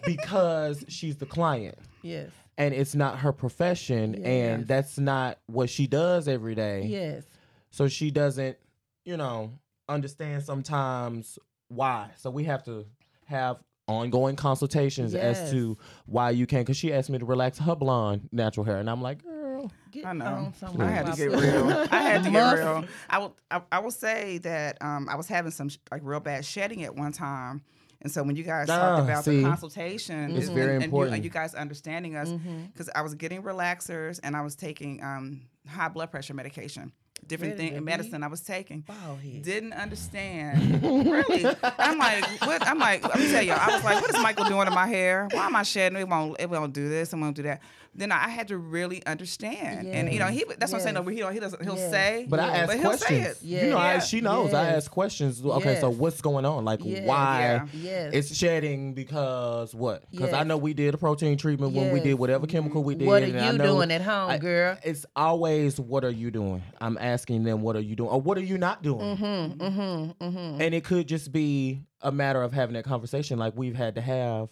A: because she's the client
C: Yes.
A: and it's not her profession,
C: Yes.
A: and that's not what she does every day,
C: Yes.
A: so she doesn't, you know, understand sometimes why. So we have to have ongoing consultations as
C: Yes.
A: to why you can't. Because she asked me to relax her blonde natural hair, and I'm like, girl,
C: Get
B: I know.
C: on
B: I
C: somewhere
B: had to
C: about
B: get
C: this.
B: real. I had to get
C: Must-
B: real. I will. I, I will say that um, I was having some sh- like real bad shedding at one time, and so when you guys
A: Ah,
B: talked about
A: see.
B: the consultation,
A: It's very
B: and-
C: Mm-hmm.
B: and you- And
A: important.
B: you, guys understanding us,
C: Mhm.
B: because I was getting relaxers and I was taking um, high blood pressure medication. different
C: Really,
B: thing in
C: baby?
B: medicine I was taking.
C: Bald head.
B: Didn't understand. really? I'm like, what? I'm like, let me tell you. I was like, what is Michael doing to my hair? Why am I shedding? It won't, it won't do this. It won't do that. Then I had to really understand. And you know, he that's what I'm saying.
C: Yes.
B: Over he don't, he doesn't, he'll
C: Yes.
B: say,
A: But I ask
B: he'll say
A: questions.
B: it.
A: You know, I,
B: Yeah.
A: she knows. I
C: Yes.
A: ask questions. Okay, so
C: Yes.
A: what's going on? Like,
C: Yes.
A: why
B: Yeah.
C: Yes.
A: it's shedding? Because what? Because I
C: Yes.
A: know we did a protein treatment when we did
C: Yes.
A: whatever chemical we did.
C: what are
A: and I
C: you
A: know-
C: doing at home,
A: I-
C: girl?
A: It's always what are you doing? I'm asking them what are you doing or what are you not doing?
C: Mm-hmm. Mm-hmm. Mm-hmm.
A: And it could just be a matter of having that conversation like we've had to have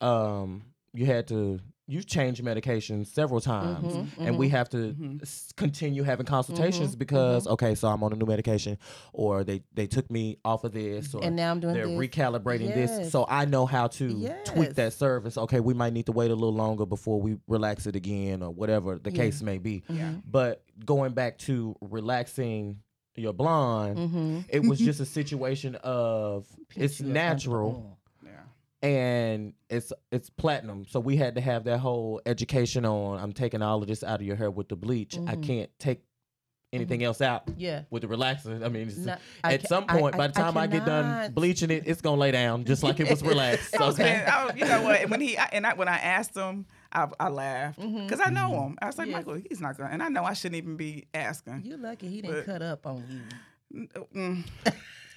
A: um you had to you've changed medications several times
C: Mm-hmm.
A: and we have to s- continue having consultations because
C: Mm-hmm.
A: okay so i'm on a new medication or they they took me off of this or
C: And now I'm doing
A: they're
C: this.
A: recalibrating this
C: Yes.
A: so i know how to tweak
C: Yes.
A: that service okay we might need to wait a little longer before we relax it again or whatever the
C: Yeah.
A: case may be
B: Yeah.
A: but going back to relaxing your blonde
C: Mm-hmm.
A: it was just a situation of it's natural
B: Yeah.
A: and it's it's platinum so we had to have that whole education on i'm taking all of this out of your hair with the bleach i
C: Mhm.
A: can't take anything else out
C: Mm-hmm. Yeah.
A: with the relaxer i mean it's,
C: No, I
A: at
C: ca-
A: some
C: I-
A: point by the time i, get done
C: cannot.
A: bleaching it it's gonna lay down just like it was relaxed
B: I was
A: Mm-hmm. okay
B: being- I was- Oh, you know what? When he I, and I, when I asked him, I, I laughed because I know him. I was like,
C: Yes.
B: Michael, he's not gonna, and I know I shouldn't even be asking.
C: You lucky he didn't
B: But-
C: cut up on you.
B: Mm.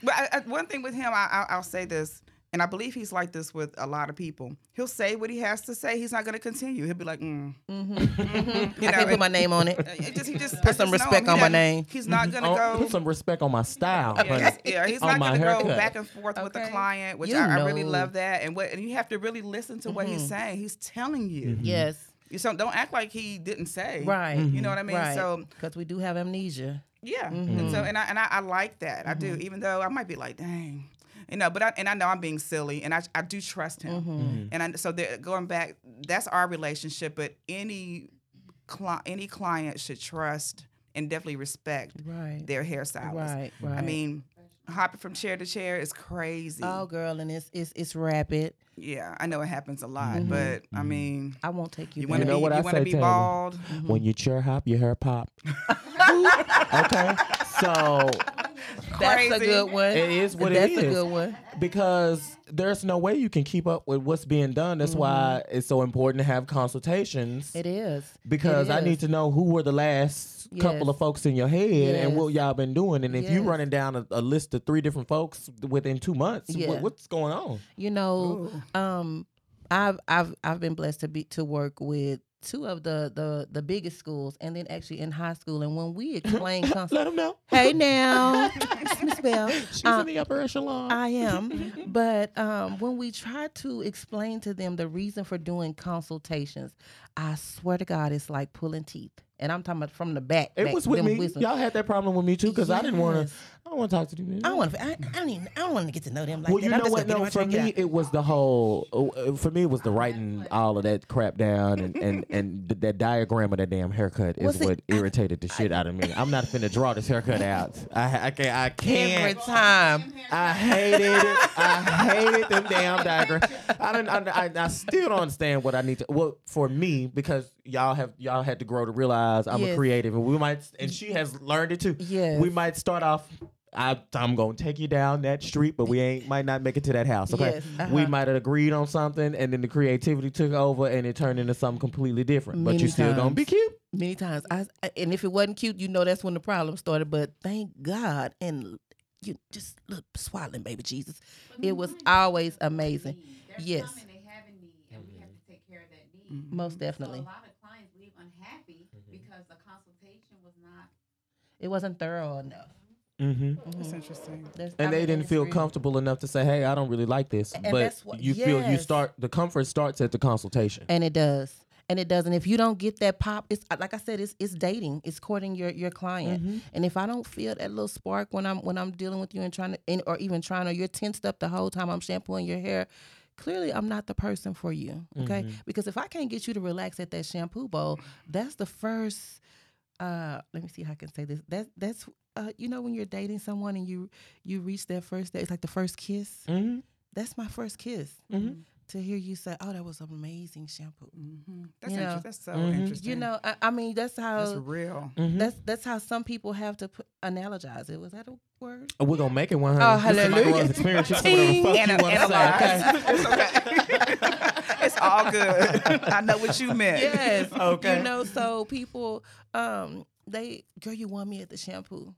B: but I, I, one thing with him, I, I, I'll say this, and I believe he's like this with a lot of people. He'll say what he has to say. He's not gonna continue. He'll be like, mm. You
C: Mm-hmm. I
B: know,
C: can't put
B: and-
C: my name on it.
A: Mm-hmm.
B: it just, he just I
C: Put some
B: just know him.
C: respect
B: He
C: on my
B: doesn't-
C: name.
B: He's not gonna
A: Oh,
B: go.
A: put some respect on my style honey.
B: Yeah, he's- yeah, he's
A: On
B: not
A: my
B: going to go
A: haircut.
B: back and forth with the
C: Okay.
B: client, which
C: You
B: I, I really
C: know. Mm-hmm.
B: love that. And what and you have to really listen to what he's saying. He's telling you.
A: Mm-hmm.
C: Yes.
B: You so don't act like he didn't say.
C: Right. Mm-hmm.
B: You know what I mean?
C: Right.
B: So
C: because we do have amnesia.
B: yeah.
C: Mm-hmm.
B: And so and I and I, I like that. I do, even though I might be like, dang. You know, but I and I know I'm being silly and I I do trust him.
C: Mm-hmm.
B: And I so there, going back, that's our relationship, but any cli- any client should trust and definitely respect
C: Right.
B: their hairstylist.
C: Right. Right.
B: I mean, hopping from chair to chair is crazy.
C: Oh, girl, and it's it's it's rapid.
B: Yeah, I know it happens a lot, but I mean,
C: I won't take Mm-hmm. you.
B: you want to
A: know
B: be,
A: what I
B: you want to
A: say,
B: be
A: Taylor?
B: bald.
A: when you chair hop your hair pop okay so
C: That's a
B: Crazy.
C: good one.
A: It is what it
C: That's a
A: is.
C: good one.
A: because there's no way you can keep up with what's being done. That's why it's so important to have consultations.
C: Mm-hmm. It is
A: because I need to know who were the last couple of
C: Yes.
A: folks in your head and what
C: Yes.
A: y'all been doing. And if you
C: Yes.
A: running down a, a list of three different folks within two months, what-
C: Yeah.
A: what's going on?
C: You know, um, I've I've I've been blessed to be to work with two of the the the biggest schools, and then actually in high school. And when we explain, cons-
A: Let them know.
C: hey now, It's Miss Bell,
A: She's
C: Uh,
A: in the upper echelon.
C: I am. but um, when we try to explain to them the reason for doing consultations, I swear to God, it's like pulling teeth. And I'm talking about from the back.
A: it
C: back,
A: was with
C: them
A: me.
C: whistles.
A: Y'all had that problem with me too because I didn't want
C: Yes.
A: to. I don't want to talk to you.
C: I want to. I, I don't even. I don't want to get to know them like
A: Well,
C: that.
A: you
C: I'm
A: know
C: just
A: what?
C: gonna
A: No,
C: get
A: for
C: them out
A: me,
C: your-
A: it was the whole. uh, uh, For me, it was the writing all of that crap down and and and th- that diagram of that damn haircut is
C: Well, see,
A: what irritated the shit out of me. I'm not finna draw this haircut out. I I can't. I
C: every
A: can't.
C: time.
A: I hated it. I hated them damn diagram. I don't. I, I, I still don't understand what I need to. Well, for me, because y'all have y'all had to grow to realize I'm a
C: Yes.
A: creative, and we might, and she has learned it too.
C: Yes.
A: we might start off. I, I'm gonna take you down that street, but we ain't might not make it to that house. Okay,
C: Yes, uh-huh.
A: we might have agreed on something, and then the creativity took over, and it turned into something completely different. but
C: Many
A: you still gonna be
C: times.
A: cute.
C: Many times, I I- and if it wasn't cute, you know that's when the problem started. But thank God, and you just look swallowing, baby Jesus. It was always amazing.
D: There's
C: Yes.
D: Some and they have a need, and we have to take care of that need.
C: Most
D: So a
C: definitely,
D: lot of clients leave unhappy
A: Mm-hmm.
D: because the consultation was not.
C: it wasn't thorough enough.
A: Mm-hmm.
B: That's interesting.
C: There's- I
A: and they
C: mean,
A: didn't
C: it's
A: feel
C: real.
A: comfortable enough to say, "Hey, I don't really like this."
C: And
A: but
C: that's what-
A: you feel you
C: yes.
A: start the comfort starts at the consultation.
C: And it does. And it does. And if you don't get that pop, it's uh, like I said, it's it's dating. It's courting your your client. And if I don't feel that little spark when I'm when I'm dealing with you and trying to and, or even trying or you're tensed up the whole time I'm shampooing your hair, clearly I'm not the person for you. Okay? Because if I can't get you to relax at that shampoo bowl, that's the first uh let me see how I can say this. That that's uh you know when you're dating
A: Mm.
C: someone and you you reach that first day, it's like the first kiss.
A: Mhm. mm-hmm,
C: That's my first kiss. to hear you say, "Oh, that was amazing shampoo."
B: Mm-hmm. That's
C: You know,
B: interesting. That's so
A: Mhm. You
B: interesting.
C: You know, I, I mean, that's how
B: that's real.
A: Mhm.
C: that's that's how some people have to put, analogize it. Was that a word?
A: Oh, We're gonna make it one
C: Oh,
A: hundred.
C: hallelujah.
A: Experience. You say whatever the
B: Ana-
A: fuck you want to say.
B: analyze. it's okay. it's all good. I know what you meant.
C: Yes.
A: Okay.
C: You know, so people, um, they girl, you want me at the shampoo.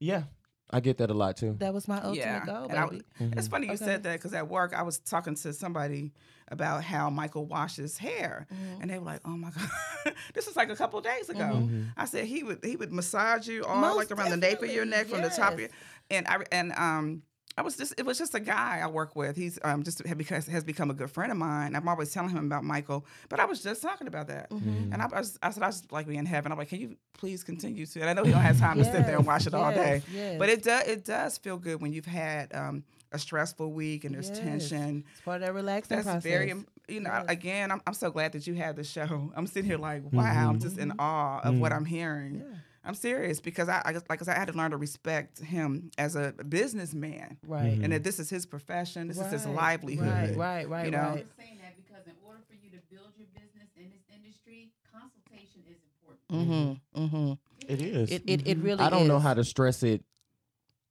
A: Yeah, I get that a lot too.
C: That was my ultimate
B: Yeah,
C: goal,
B: and I
C: baby.
A: Mhm.
B: It's funny you
C: Okay.
B: said that because at work I was talking to somebody about how Michael washes hair,
C: Mhm.
B: and they were like, "Oh my god, this was like a couple days ago."
A: Mhm.
B: I said he would he would massage you all like
C: Mm-hmm. Most
B: around the nape of your
C: definitely,
B: neck from the top of your
C: yes.
B: and I and um I was just it was just a guy I work with. He's um just had because has become a good friend of mine. I'm always telling him about Michael, but I was just talking about that.
A: mm-hmm.
C: Mhm.
B: And I, I, was, I said, I was like, we in heaven. I'm like, can you please continue to? And I know you don't have time to sit there and
C: Yes,
B: watch it all
C: yes,
B: day,
C: yes.
B: but it does it does feel good when you've had um, a stressful week and there's
C: Yes.
B: tension.
C: It's part of that relaxing
B: That's
C: process.
B: very, im- you know,
C: Yes.
B: again, I'm, I'm so glad that you had the show. I'm sitting here like, wow, I'm just in awe of what I'm hearing.
C: yeah.
B: I'm serious because I, I just- like I said, I had to learn to respect him as a businessman,
C: Right.
B: and that this is his profession, Mm-hmm. this is his
C: Right,
B: livelihood.
C: Right, right, right,
B: you know?
D: I
C: right.
D: was saying that because in order for you to build your business in this industry, consultation is important.
C: Mm-hmm. Mm-hmm.
A: It is.
C: It, it, it really
A: Mm-hmm. I don't know
C: is.
A: how to stress it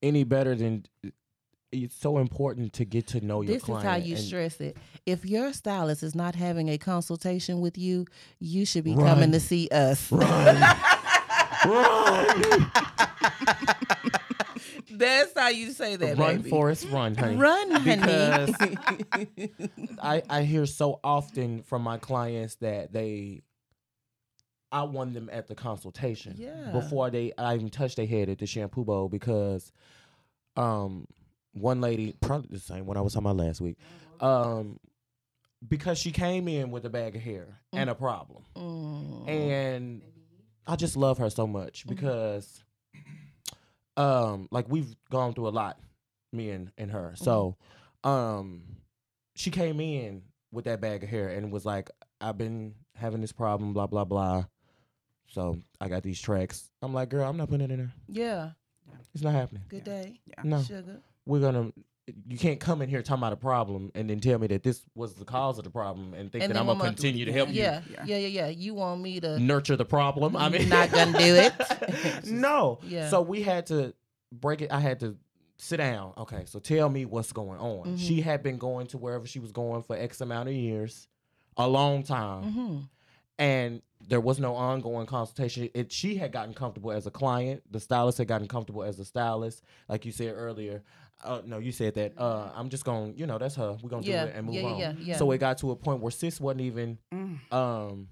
A: any better than it's so important to get to know your
C: this is
A: client.
C: how you
A: and-
C: stress it. If your stylist is not having a consultation with you, you should be
A: Run.
C: coming to see us.
A: Run. Run.
C: That's how you say that,
A: Run,
C: baby.
A: Forrest, run, honey.
C: Run, honey.
A: Because- I, I hear so often from my clients that they I won them at the consultation
C: Yeah.
A: before they I even touched their head at the shampoo bowl because um one lady probably the same one I was talking about last week
C: Oh,
A: um because she came in with a bag of hair and a problem
C: Mm.
A: and I just love her so much
C: Mm-hmm.
A: because um like we've gone through a lot me and, and her so
C: Mm-hmm.
A: um she came in with that bag of hair and was like I've been having this problem blah blah blah so I got these tracks I'm like girl I'm not putting it in there
C: yeah.
A: it's not happening
C: Good day,
A: no
C: sugar.
A: we're gonna you can't come in here talking about a problem and then tell me that this was the cause of the problem and think
C: And
A: that
C: then
A: I'm gonna
C: I'ma-
A: continue to help
C: Yeah.
B: Yeah.
C: yeah, yeah, yeah, You want me
A: you
C: to?
A: nurture the problem I mean
C: not gonna do it.
A: no.
C: Yeah.
A: So we had to break it. I had to sit down. Okay, so tell me what's going on.
C: Mhm.
A: She had been going to wherever she was going for X amount of years, a long time,
C: hmm
A: and there was no ongoing consultation. It she had gotten comfortable as a client. The stylist had gotten comfortable as a stylist, like you said earlier. Uh, no, you said that. Uh, I'm just gonna, you know, that's her. We're gonna
C: Yeah.
A: do it and move
C: yeah,
A: on.
C: yeah, yeah, yeah.
A: So it got to a point where sis wasn't even
B: Mm.
A: um,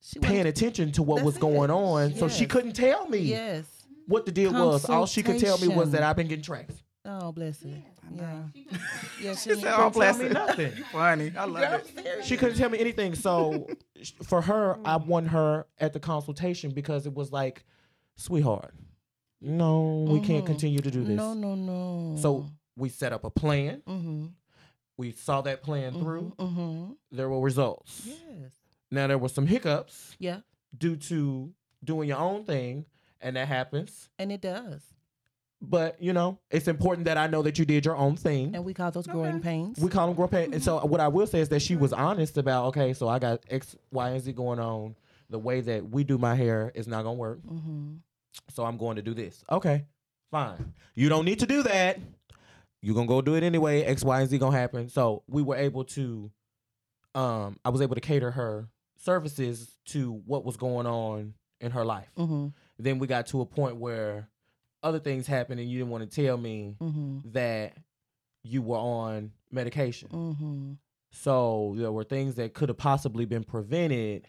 C: she
A: paying
C: wasn't-
A: attention to what
C: That's
A: was going
C: it.
A: on, so she
C: Yes.
A: couldn't tell me
C: Yes.
A: what the deal was. All she could tell me was
C: Consultation.
A: that I've been getting tracks.
C: Oh, bless her.
D: Yeah.
C: Yeah.
D: She couldn't tell you
C: Yeah,
D: that.
C: she
B: It's
C: She
B: all
A: couldn't tell me
B: blessed.
A: nothing.
B: Funny. I love
C: Girl,
B: it.
C: seriously.
A: She couldn't tell me anything. So sh- for her, I won her at the consultation because it was like, sweetheart, no, we can't
C: Mhm.
A: continue to do this.
C: No, no, no.
A: So we set up a plan.
C: Mm-hmm.
A: We saw that plan through.
C: Mm-hmm.
A: There were results.
C: Yes.
A: Now there were some hiccups
C: Yeah,
A: due to doing your own thing, and that happens.
C: and it does.
A: But you know, it's important that I know that you did your own thing.
C: And we call those growing
B: Okay.
C: pains.
A: We call them grow pain. And so
C: Mm-hmm.
A: what I will say is that she was honest about, okay, so I got X, Y, and Z going on. The way that we do my hair is not gonna work.
C: mm-hmm.
A: So I'm going to do this. Okay, fine. You don't need to do that. You're gonna go do it anyway. X, Y, and Z gonna happen. So we were able to um I was able to cater her services to what was going on in her life.
C: Mm-hmm.
A: Then we got to a point where other things happened and you didn't want to tell me
C: Mm-hmm.
A: that you were on medication.
C: Mm-hmm.
A: So there were things that could have possibly been prevented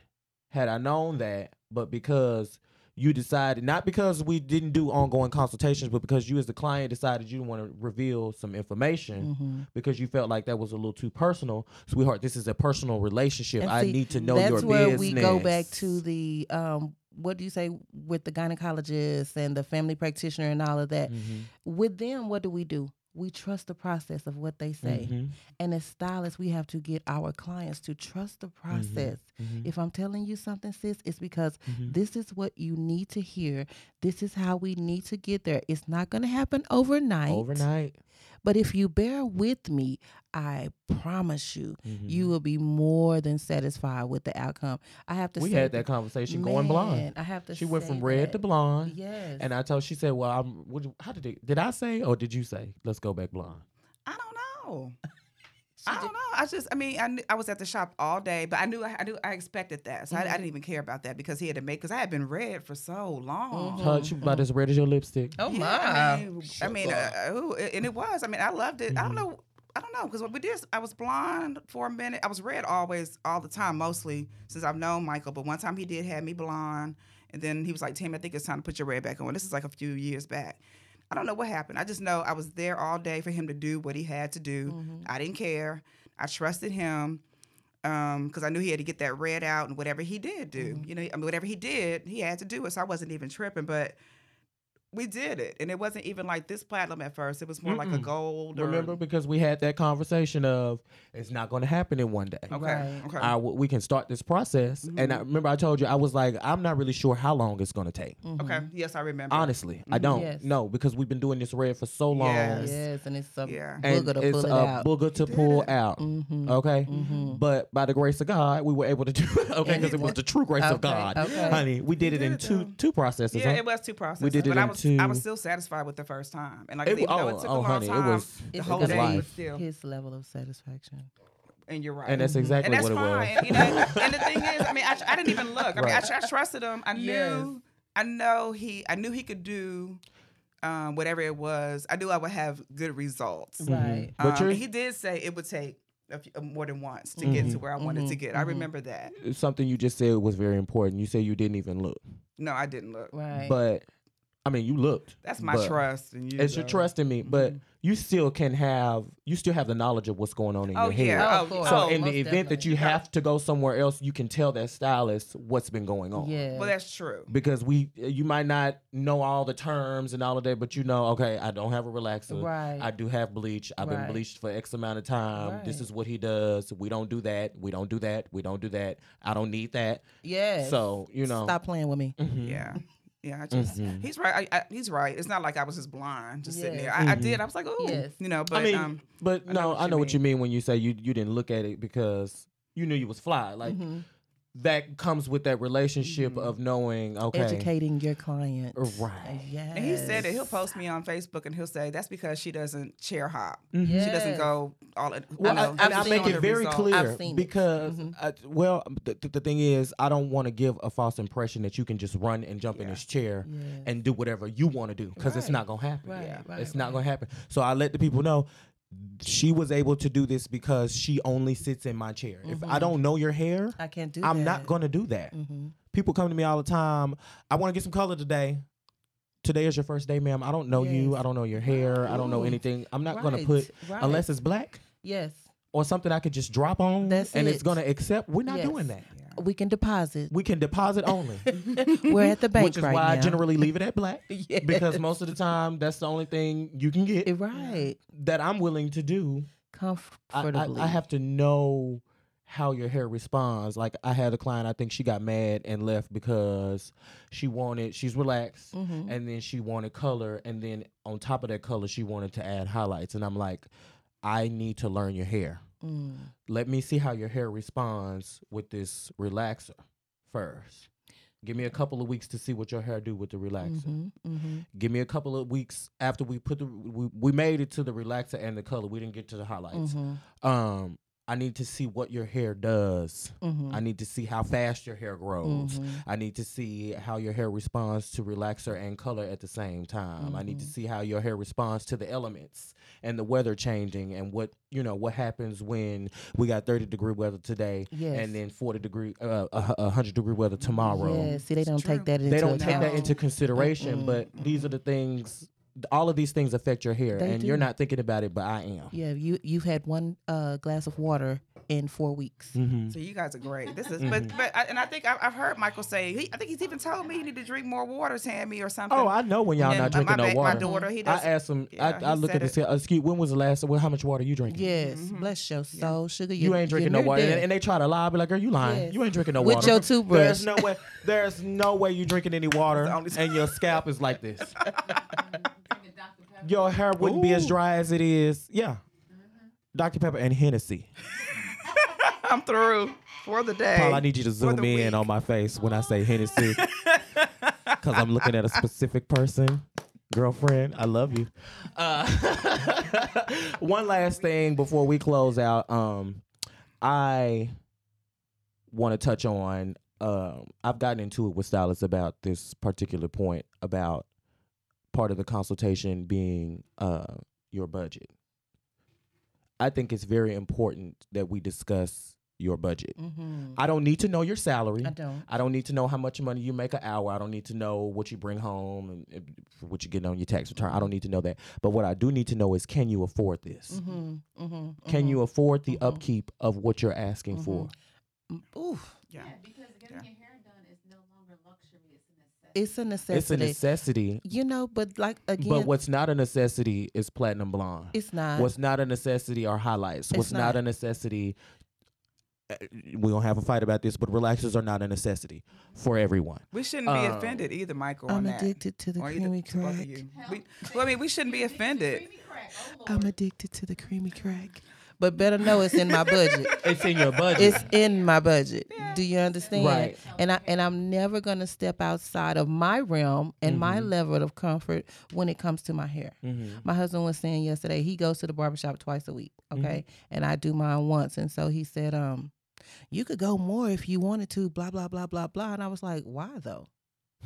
A: had I known that, but because you decided not because we didn't do ongoing consultations, but because you as the client decided you didn't want to reveal some information
C: Mm-hmm.
A: because you felt like that was a little too personal. Sweetheart, this is a personal relationship.
C: And
A: I
C: see,
A: need to know
C: That's
A: your
C: where
A: business.
C: we go back to the um, what do you say with the gynecologist and the family practitioner and all of that.
A: Mhm,
C: With them, what do we do? We trust the process of what they say.
A: mhm,
C: And as stylists, we have to get our clients to trust the
A: Mm-hmm.
C: process.
A: mhm,
C: If I'm telling you something, sis, it's because
A: mhm.
C: this is what you need to hear. This is how we need to get there. It's not going to happen overnight.
A: Overnight.
C: But if you bear with me, I promise you,
A: Mm-hmm.
C: you will be more than satisfied with the outcome. I have to
A: we
C: say
A: had that conversation going
C: man,
A: blonde.
C: I have to
A: She went from
C: say
A: red
C: that-
A: to blonde.
C: Yes.
A: And I told she said, "Well, I'm. What, how did it, did I say or did you say? Let's go back blonde."
B: I don't know. I don't know. I just, I mean, I, knew, I was at the shop all day, but I knew, I, knew, I expected that, so I, I didn't even care about that because he had to make, because I had been red for so long.
A: Her, she was about as red as your lipstick.
E: Oh
B: Yeah, I mean, I mean uh, ooh, and it was. I mean, I loved it. I don't know. I don't know because what we did. I was blonde for a minute. I was red always, all the time, mostly since I've known Michael. But one time he did have me blonde, and then he was like, "Tim, I think it's time to put your red back on." This is like a few years back. I don't know what happened. I just know I was there all day for him to do what he had to
C: Mm-hmm.
B: do. I didn't care. I trusted him because I knew he had to get that red out, and whatever he did do,
A: Mm-hmm.
B: you know, I mean, whatever he did, he had to do it. So I wasn't even tripping, but we did it, and it wasn't even like this platinum at first. It was more like a
A: Mm-mm.
B: gold. Or,
A: Remember, because we had that conversation of it's not going to happen in one day.
B: Okay.
C: Right.
B: Okay.
A: I w- we can start this process, and I remember I told you I was like, I'm not really sure how long it's going to take.
B: okay.
A: Mm-hmm.
B: Yes, I remember.
A: Honestly, I don't
C: Mm-hmm. Yes.
A: know because we've been doing this red for so long,
B: Yes.
C: Yes, and it's a
B: Yeah.
A: and
C: booger to
A: it's
C: pull it
A: a Oh,
C: out.
A: booger to pull out.
C: Mhm.
A: Okay, but by the grace of God, we were able to do it. Okay, because it was the true grace
C: Okay,
A: of God,
C: okay.
A: honey. We did it in two two processes.
B: Yeah,
A: huh?
B: it was two processes.
A: did it
B: but I
A: in
B: was
A: two-
B: I was still satisfied with the first time, and like
A: It-
B: even though
A: oh,
B: it took
A: oh,
B: a long
A: honey, it
B: time,
A: was-
B: the
C: It's
B: whole
A: because
C: because
B: day
A: life.
B: was still.
C: his level of satisfaction.
B: and you're right.
A: and that's exactly
B: and that's
A: what it was.
B: fine. And, you know, and the thing is, I mean, I, I didn't even look. I mean, I,
A: Right.
B: tr- I trusted him. I knew, I know he, I knew he could do um, whatever it was. I knew I would have good results.
A: Mm-hmm.
C: Right.
A: But
B: um,
A: you're-
B: and he did say it would take a few, uh, more than once to get
A: Mm-hmm.
B: to where I wanted to get. I remember that.
A: something you just said was very important. You said you didn't even look,
B: No, I didn't look.
C: Right.
A: but I mean, you looked.
B: That's my
A: but
B: trust. in you, Mm-hmm.
A: It's your
B: though.
A: trust in me, but you still can have you still have the knowledge of what's going on in
B: Oh
A: your head.
B: yeah.
C: Oh,
B: Oh,
C: of course.
A: So
B: oh,
A: in the
C: most
A: event that
C: definitely.
A: you have to go somewhere else, you can tell that stylist what's been going on.
C: yeah.
B: well, that's true.
A: Because we, you might not know all the terms and all of that, but you know, okay, I don't have a relaxer.
C: Right.
A: I do have bleach. I've been
C: Right.
A: bleached for X amount of time. This
C: Right.
A: is what he does. We don't do that. We don't do that. We don't do that. I don't need that.
C: yes.
A: So you know,
C: stop playing with me.
B: Yeah. Yeah, I just,
A: Mhm.
B: he's right. I, I, he's right. It's not like I was just blind, just sitting there. I, I did. I was like, oh,
C: Yes.
B: you know. But
A: Mm-hmm. I mean,
B: um,
A: but
B: I know
A: no,
B: what
A: I
B: you
A: know what you mean when you say you you didn't look at it because you knew you was fly. Like
C: Mm-hmm.
A: that comes with that relationship of knowing. Okay,
C: Educating your client.
A: Uh, Right.
C: Yes.
B: And he said that he'll post me on Facebook and he'll say that's because she doesn't chair hop. She doesn't
C: Yes.
B: go all. in-
A: Mm-hmm. Well,
B: I know,
A: I, and I
B: I've
A: make
B: seen
A: it
B: the
A: very
B: result.
A: clear
C: I've seen it.
A: because, I, well, the, the thing is, I don't want to give a false impression that you can just run and jump in his chair
C: Yes.
A: and do whatever you want to do because it's
C: Mm-hmm. Right.
A: not gonna happen.
C: Right, Yeah. right,
A: it's not gonna happen. So I let the people know she was able to do this because she only sits in my chair. If I don't know your hair,
C: Mm-hmm. I can't do
A: I'm
C: that. Mm-hmm.
A: not gonna do that. People come to me all the time. I want to get some color today. Today is your first day, ma'am. I don't know you. I don't know your hair. I don't know
C: Ooh.
A: anything. I'm not gonna
C: Right,
A: put
C: right.
A: unless it's black
C: Yes.
A: or something I could just drop on
C: That's
A: and it's
C: it.
A: going to accept. We're not
C: Yes.
A: doing that.
C: We can deposit.
A: We can deposit only,
C: We're at the bank
A: which is
C: right
A: why
C: now.
A: I generally leave it at black
C: Yes.
A: because most of the time that's the only thing you can get
C: right.
A: that I'm willing to do. I, I,
C: Comfortably.
A: I have to know how your hair responds. Like I had a client, I think she got mad and left because she wanted she's relaxed
C: Mm-hmm.
A: and then she wanted color and then on top of that color she wanted to add highlights and I'm like, I need to learn your hair.
C: Mm-hmm.
A: Let me see how your hair responds with this relaxer first. Give me a couple of weeks to see what your hair do with the relaxer.
C: Mm-hmm.
A: Give me a couple of weeks after we put the we, we made it to the relaxer and the color. We didn't get to the highlights. Um, I need to see what your hair does.
C: Mm-hmm.
A: I need to see how fast your hair grows. I need to see how your hair responds to relaxer and color at the same time. I
C: Mm-hmm.
A: need to see how your hair responds to the elements and the weather changing and what you know what happens when we got 30 degree weather today
C: Yes.
A: and then 40 degree uh, a hu- a 100 degree weather tomorrow
C: Yes. See, they don't take that into
A: they don't
C: account.
A: take that into consideration but these are the things all of these things affect your hair
C: They
A: and you're
C: do.
A: not thinking about it but i am
C: Yeah, you you've had one uh, glass of water in four weeks.
A: Mm-hmm.
B: So you guys are great. This is, but but I, and I think I, I've heard Michael say. He, I think he's even told me he need to drink more water, Tammy, or something.
A: Oh, I know when y'all
B: And
A: not
B: my-
A: drinking
B: my
A: no
B: ba- my
A: water.
B: daughter, he
A: I
B: doesn't-
A: asked him.
B: Yeah,
A: I, I
B: he
A: look at
B: said
A: this. uh, Excuse. When was the last? Well, how much water you drinking?
C: Yes, bless your soul, sugar.
A: Mm-hmm. You ain't drinking no water, and, and they try to lie, be like, "Girl, you lying?
C: Yes.
A: You ain't drinking no
C: With
A: water."
C: your toothbrush.
A: There's no way. There's no way you drinking any water,
B: That's the only
A: and your scalp is like this.
D: Like a Dr. Pepper.
A: your hair wouldn't be as
B: Ooh.
A: dry as it is. Yeah. Dr. Pepper and Hennessy.
B: I'm through for the day.
A: Paul, I need you to zoom
B: the
A: in
B: week.
A: on my face when I say Hennessy. Because I'm looking at a specific person. Girlfriend, I love you. Uh, one last thing before we close out. Um, I want to touch on. Um, I've gotten into it with stylists about this particular point about part of the consultation being uh, your budget. I think it's very important that we discuss your budget.
C: Mm-hmm.
A: I don't need to know your salary.
C: I don't.
A: I don't need to know how much money you make an hour. I don't need to know what you bring home and and what you get on your tax return. I don't need to know that. But what I do need to know is can you afford this?
C: Mm-hmm. Mm-hmm.
A: Can you afford the
C: Mhm.
A: upkeep of what you're asking for?
C: Ooh,
B: Yeah.
D: Yeah, because getting your hair done is no longer luxury; it's a necessity.
C: it's a necessity.
A: It's a necessity,
C: you know, but like again,
A: but what's not a necessity is platinum blonde.
C: it's not.
A: What's not a necessity are highlights. What's
C: It's
A: not.
C: not.
A: a necessity, uh, we don't have a fight about this, but relaxers are not a necessity for everyone.
B: We shouldn't be
A: Um,
B: offended either, Michael. on
C: I'm
B: that.
C: addicted to the
B: Or either-
C: creamy
B: to both of
C: crack.
B: you. We, well, I mean, we shouldn't be offended.
D: Creamy crack, oh Lord.
C: I'm addicted to the creamy crack. But better know it's in my budget.
A: It's in your budget.
C: it's in my budget. Do you understand?
A: Right.
C: And I and I'm never gonna step outside of my realm and my
A: Mm-hmm.
C: level of comfort when it comes to my hair. My husband was saying yesterday he goes to the barbershop twice a week, okay, and I do mine once. And so he said, um, you could go more if you wanted to. Blah blah blah blah blah. And I was like, why though?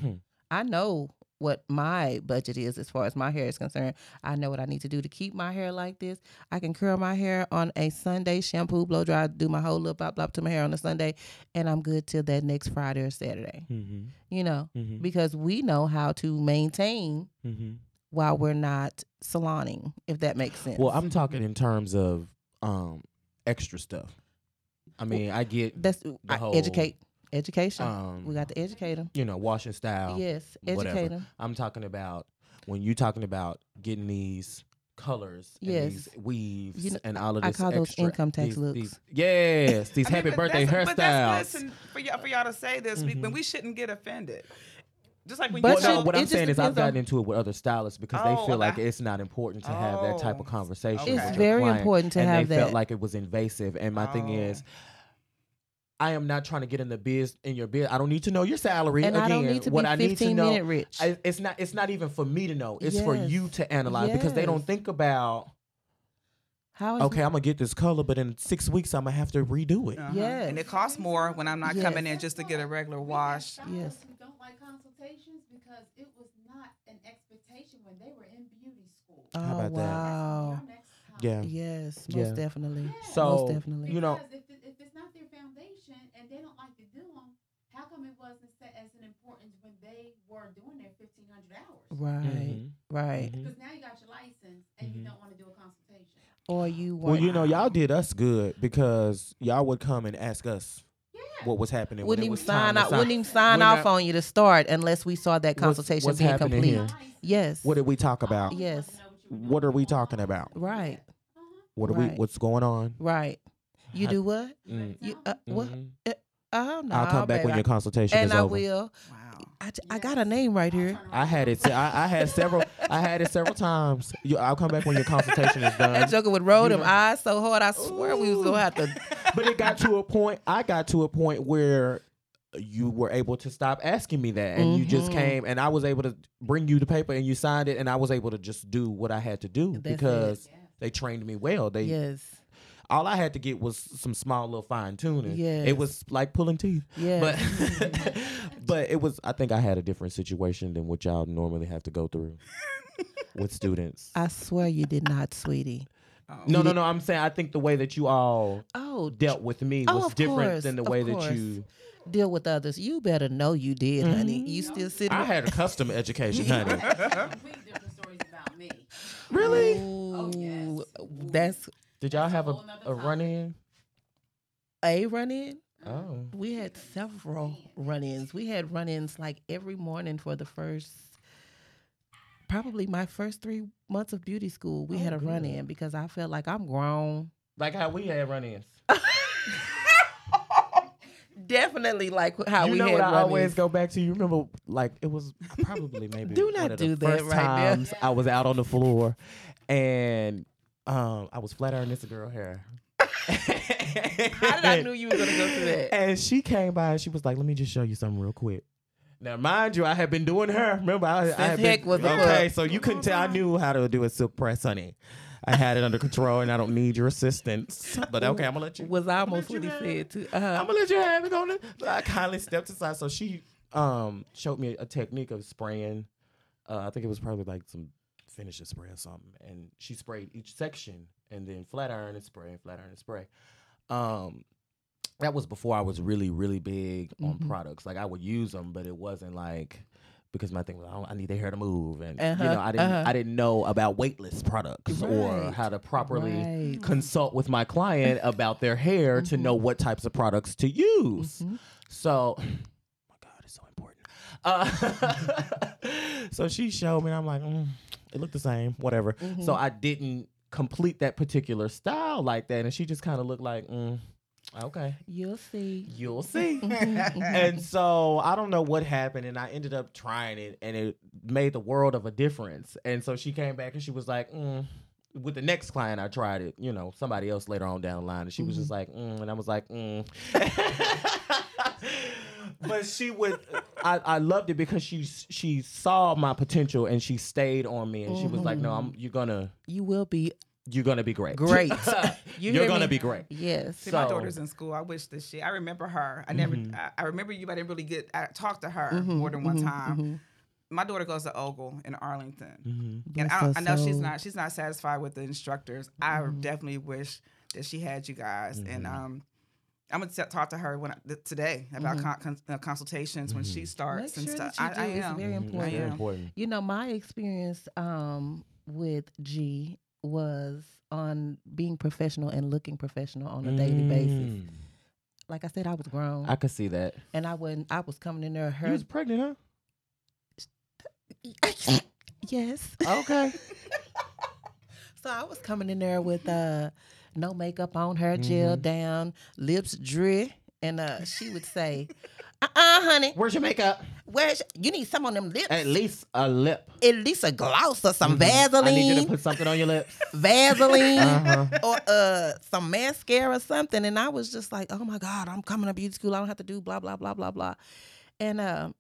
A: Hmm.
C: I know what my budget is as far as my hair is concerned. I know what I need to do to keep my hair like this. I can curl my hair on a Sunday, shampoo, blow dry, do my whole little bop bop to my hair on a Sunday, and I'm good till that next Friday or Saturday.
A: mm-hmm.
C: You know,
A: Mhm.
C: because we know how to maintain
A: Mm-hmm.
C: while we're not saloning, if that makes sense.
A: Well, I'm talking in terms of um, extra stuff. I mean, I get
C: that's I-
A: whole,
C: educate education.
A: um,
C: we got to educate them.
A: you know washing style.
C: yes,
A: whatever.
C: educate them.
A: I'm talking about when you're talking about getting these colors, and
C: Yes.
A: these weaves,
C: You know,
A: and all of
C: I
A: this.
C: call those
A: extra-
C: income tax
A: these-
C: looks.
A: these- yes, these
B: I mean,
A: happy
B: but
A: birthday
B: that's- But that's
A: hairstyles.
B: listen for y'all for y'all to say this, we, but we shouldn't get offended. Just like when
C: Mm-hmm. But
B: you
A: Well, no,
C: should-
A: what
C: it
A: I'm
C: just
A: saying is I've
C: depends on-
A: gotten into it with other stylists because
B: Oh,
A: they feel like
B: okay.
A: it's not important to have that type of
B: Oh,
A: conversation.
B: okay.
A: with your
B: It's
C: very
A: client,
C: important to
A: and
C: have
A: they felt
C: that.
A: like it was invasive. And my thing
B: Oh.
A: is, I am not trying to get in the biz in your biz. I don't need to know your salary.
C: And
A: Again,
C: I don't need to
A: what
C: be
A: I need to
C: 15
A: know,
C: minute rich.
A: I- it's not. It's not even for me to know. It's for
C: Yes.
A: you to analyze because they don't
C: Yes.
A: think about.
C: How is
A: Okay, I'm gonna get this color, but in six weeks I'm gonna have to redo it.
B: Uh-huh.
C: Yes.
B: And it costs more when I'm not
C: Yes.
B: coming in just to get a regular wash.
D: We have
C: Yes.
D: stylists who don't like consultations because it was not an expectation when they were in beauty school.
C: Oh,
A: How about that?
C: wow.
D: Your next time.
A: Yeah.
C: Oh, Yes, most
A: Yeah.
C: definitely.
A: So,
C: most definitely.
A: you know-
D: Because if, it- if it's not their foundation and they don't like to do them, how come it wasn't set as an importance when they were doing their 1,500 hours?
A: Mhm.
C: right, right.
A: Mhm.
D: Because now you got your license and
A: Mm-hmm.
D: you don't want to do a consultation.
C: Or you want
A: Well, you know, y'all did us good because y'all would come and ask us what was happening.
C: wouldn't
A: when it
C: even
A: was time
C: sign
A: to
C: out. Wouldn't even sign
A: We're
C: off
A: not-
C: on you to start unless we saw that
A: What's-
C: consultation
A: what's
C: being
A: happening
C: complete.
A: here?
C: Yes.
A: What did we talk about?
D: You wanna
C: Yes.
D: know what you were doing
A: What are we
D: before.
A: talking about?
C: right,
D: Uh-huh.
A: What are we?
C: Right.
A: What's going on?
C: right. You
A: I-
C: do what?
A: Mm.
C: You
D: Tell
C: uh,
D: them.
C: what?
A: Mhm.
C: Oh no.
A: I'll come back when
C: baby.
A: your consultation
C: And
A: is
C: I
A: over.
C: will.
B: Wow.
C: I, j- I got a name right here.
A: I had it. se- I, I had several. I had it several times. You, I'll come back when your consultation is done.
C: That joker would roll them eyes so hard. I swear we was gonna have to.
A: but it got to a point. I got to a point where you were able to stop asking me that, and you just
C: Mhm.
A: came, and I was able to bring you the paper, and you signed it, and I was able to just do what I had to do
C: That's it.
A: because they trained me well. They
C: Yes.
A: all I had to get was some small little fine tuning.
C: Yes.
A: it was like pulling teeth.
C: Yes.
A: But but it was. I think I had a different situation than what y'all normally have to go through with students.
C: I swear you did not, sweetie.
A: no, no, no. I'm saying I think the way that you all
C: Oh,
A: dealt with me
C: Oh,
A: was
C: of
A: different
C: course,
A: than the
C: of
A: way
C: course.
A: that you.
C: deal with others. You better know you did, honey. You still sitting.
A: I had a custom education, honey.
D: Complete different stories about me.
A: really? Oh,
C: Ooh,
D: yes.
C: That's
A: Did y'all have a,
D: whole nother
A: a run in?
C: a run in.
A: Oh.
C: We had several run ins. We had run ins like every morning for the first, probably my first three months of beauty school. We had a run in because I felt like I'm grown.
A: Like how we had run ins.
E: definitely like how
A: you
E: we
A: know
E: had
A: what I
E: running.
A: always go back to. You remember, like it was probably maybe
C: Do
A: one
C: not
A: of
C: do
A: the
C: that
A: first
C: right now.
A: times I was out on the floor, and um, I was flat ironing this girl hair.
E: How did I knew you were gonna go through that?
A: And she came by and she was like, "Let me just show you something real quick." Now, mind you, I had been doing her. Remember, I, I had
E: Since heck
A: been,
E: was Mm-hmm. a
A: okay.
E: club.
A: So you couldn't tell. I knew how to do a silk press, honey. I had it under control, and I don't need your assistance. But okay, I'm gonna let you.
E: Was almost
A: Let
E: what
A: you
E: he said
A: have
E: too. Uh,
C: Uh-huh.
A: I'm gonna let you have it on it. So I kindly stepped aside. So she um showed me a technique of spraying. Uh, I think it was probably like some finishing spray or something. And she sprayed each section and then flat iron and spray and flat iron and spray. Um, that was before I was really really big on
E: Mhm.
A: products. Like I would use them, but it wasn't like. Because my thing was, I, don't, I need the hair to move, and you
E: Uh-huh,
A: know, I didn't,
E: uh-huh.
A: I didn't know about weightless products or
E: Right,
A: how to properly
E: right.
A: consult with my client about their hair to know what types of products to use.
E: Mhm.
A: So, my God, it's so important. Uh, so she showed me, and I'm like, mm, it looked the same, whatever. So I didn't complete that particular style like that, and she just kind of looked like, mm, okay,
C: You'll see.
A: you'll see. and so I don't know what happened, and I ended up trying it, and it made the world of a difference. And so she came back and she was like, mm. with the next client, I tried it, you know, somebody else later on down the line, and she was
E: Mm-hmm.
A: just like, mm, and I was like, mm. but she would, I, I loved it because she she saw my potential and she stayed on me, and she was like, no, I'm you're gonna
C: You will be.
A: you're gonna be great,
E: Mm-hmm. Great. You
A: you
E: hear
A: are gonna
E: me?
A: be great.
E: Yes.
B: See,
A: So-
B: my daughter's in school. I wish this shit. I remember her. I never.
C: Mm-hmm.
A: Mhm.
B: I, I remember you, but I didn't really get. I talked to her more than one time.
A: um,
C: Mm-hmm.
B: My daughter goes to Ogle in Arlington,
E: Mm-hmm.
A: Mhm.
B: and I,
C: Bless
B: don't-
C: her
B: I know she's
C: soul.
B: not. She's not satisfied with the instructors.
C: Mm-hmm.
B: I definitely wish that she had you guys. And
A: Mhm.
B: um, I'm gonna t- talk to her when I, th- today about
C: Mhm.
B: con- con- uh, consultations when she starts
C: Mm-hmm.
B: and
C: Make sure
B: stuff.
C: that you do.
B: I, I
C: It's
B: am.
C: very
E: Mm-hmm.
A: Mhm. It's
B: important.
A: important.
C: You know, my experience um, with G was on being professional and looking professional on a daily basis.
A: Mm.
C: Like I said, I was grown,
A: I could see that.
C: and I wasn't. I was coming in there.
A: You
C: Her,
A: was pregnant, huh?
C: yes.
A: Okay.
C: So I was coming in there with uh, no makeup on, hair
A: Mm-hmm.
C: gel down, lips drip, and uh, she would say, "Uh, uh honey,
A: Where's your makeup?
C: where's you need some on them lips?
A: At least a lip.
C: At least a gloss or some
A: I need you
C: Vaseline,
A: to put something on your lips.
C: Vaseline,
A: Uh-huh.
C: or uh, some mascara or something." And I was just like, "Oh my god, I'm coming to beauty school. I don't have to do blah blah blah blah blah." And uh,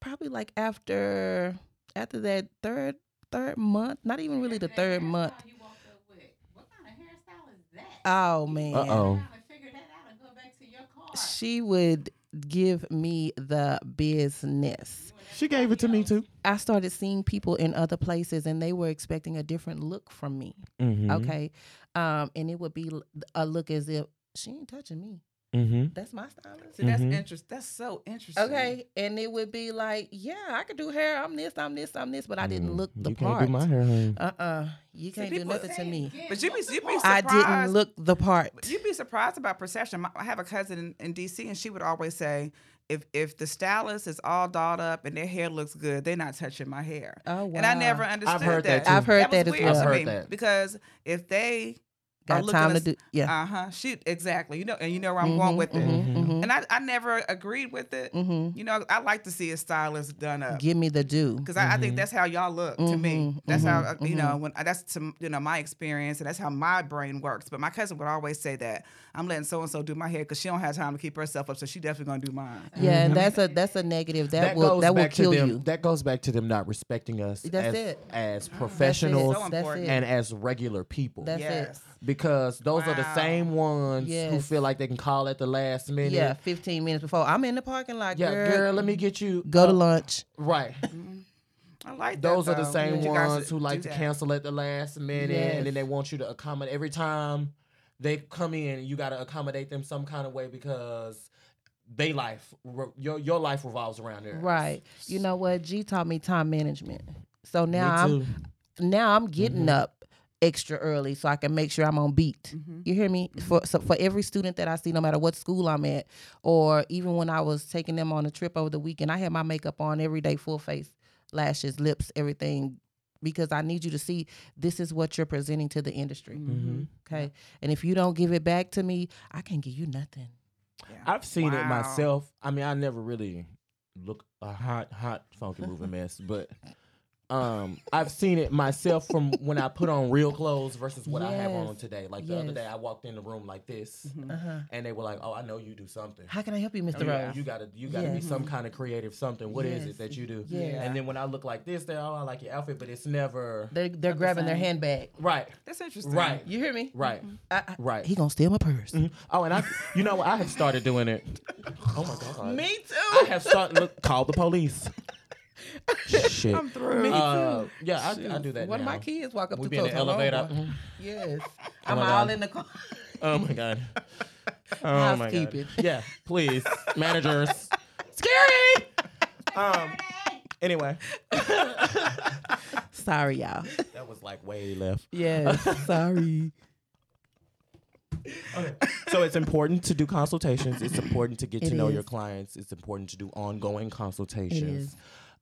C: probably like after after that third third month, not even really the
D: That
C: third
D: hairstyle
C: month.
D: you walked up with, What kind of hairstyle is that?
C: Oh man.
A: Uh-oh.
D: Trying to figure that out and go back to your car.
C: she would give me the business.
A: She gave it to me too.
C: I started seeing people in other places and they were expecting a different look from me.
A: Mm-hmm.
C: Okay. Um, and it would be l- a look as if she ain't touching me.
A: Mm-hmm.
C: That's my stylist.
B: See, that's
A: Mhm.
B: interest. That's so interesting.
C: Mm-hmm. Okay. And it would be like, yeah, I could do hair. I'm this, I'm this, I'm this, but I didn't look the
A: Mm-hmm. you
C: part.
A: Can't do my hair, honey.
C: Uh uh You can't do
B: people
C: nothing to
B: say
C: me.
B: But you be, you be surprised.
C: I didn't look the part.
B: You'd be surprised about perception. My- I have a cousin in, in D.C. and she would always say, "If if the stylist is all dolled up and their hair looks good, they're not touching my hair."
C: Oh, wow.
B: And I never understood
A: heard that too.
C: I've heard
B: was
C: that as
B: weird
C: well.
B: to
A: I've heard
B: me
A: that.
B: because if they are
C: got
B: looking
C: time to
B: as-
C: do. Yeah.
B: uh huh, she exactly. You know, and you know where I'm going with it.
C: hmm
A: Mm-hmm.
C: hmm
B: And I, I never agreed with it.
C: Mm.
B: You know, I like to see a stylist done up.
C: mm-hmm, Give me the do.
B: Because I, I think that's how y'all look to me.
C: Mhm,
B: That's how
C: mhm,
B: uh, you know when that's to, you know my experience and that's how my brain works. But my cousin would always say that I'm letting so and so do my hair because she don't have time to keep herself up, so she definitely gonna do mine.
C: Yeah, and that's a that's a negative. That,
A: Mm-hmm. That
C: will
A: goes
C: that will
A: back to
C: kill
A: them.
C: you.
A: That goes back to them not respecting us
C: That's
A: as,
C: it.
A: as
C: That's it.
A: professionals
B: So
C: That's
B: important.
C: it.
A: and as regular people.
C: That's
B: yes,
A: because those are the
B: Wow.
A: same ones who
C: Yes.
A: feel like they can call at the last minute.
C: Yeah, 15 minutes before I'm in the parking lot.
A: Yeah,
C: girl,
A: girl, let me get you.
C: go to
A: uh,
C: lunch.
A: Right.
B: I like that,
A: Those are the
B: though.
A: same
B: um, You guys
A: ones who
B: do
A: like to
B: that.
A: cancel at the last minute,
C: Yes.
A: and then they want you to accommodate every time they come in. You got to accommodate them some kind of way because they life re- your your life revolves around theirs.
C: Right. You know what? G taught me time management. So
A: Me
C: now I'm
A: too. Mm-hmm.
C: now I'm getting up extra early so I can make sure I'm on beat.
B: Mm-hmm.
C: You hear me?
E: Mm-hmm.
C: For so for every student that I see, no matter what school I'm at, or even when I was taking them on a trip over the weekend, I had my makeup on every day, full face, lashes, lips, everything, because I need you to see this is what you're
A: Mm-hmm.
E: Mm-hmm.
C: presenting to the industry. Okay, and if you don't give it back to me, I can't give you nothing.
B: Yeah.
A: I've seen it
B: Wow.
A: myself. I mean, I never really look a hot, hot, funky moving mess, but um, I've seen it myself from when I put on real clothes versus what I have
E: Yes.
A: on today. Like the other
E: Yes.
A: day, I walked in the room like this,
C: Mm-hmm.
B: Mhm.
E: Uh-huh.
A: and they were like, "Oh, I know you do something.
E: How can I help you,
C: Oh,
E: Mr.
A: You,
B: yeah.
E: Rose?
A: Oh, you gotta, you gotta be
E: Yes.
A: some kind of creative something. What is
E: Yes.
A: it that you do?"
E: Yeah.
B: Yeah.
A: And then when I look like this, they're, "Oh, I like your outfit," but it's never
E: They, they're grabbing their
B: same.
E: handbag.
A: right,
B: That's interesting.
A: Right.
E: You hear me?
A: right,
E: I, I, Mm-hmm.
A: right.
C: He gonna steal my purse.
A: Mhm. Oh, and I, you know, what? I have started doing it. Oh my god.
E: me
A: I
E: too.
A: have started. Look, call the police. Shit.
B: I'm through.
A: Uh, yeah, I, I do that.
E: One
A: now.
E: of my kids walk up
A: We
E: to
A: be in the
E: close, "Hello,
A: elevator.
E: boy."
A: Mhm.
E: Yes. I'm
A: my
E: all
A: God.
E: in the car.
A: Oh my god. Oh my god.
E: Housekeeping.
A: Yeah, please, managers. Scary. Um. Anyway,
C: Sorry, y'all.
A: that was like way left.
C: Yes, sorry.
A: So it's important to do consultations. It's important to get
C: It
A: to know
C: is.
A: your clients. It's important to do ongoing consultations.
C: is.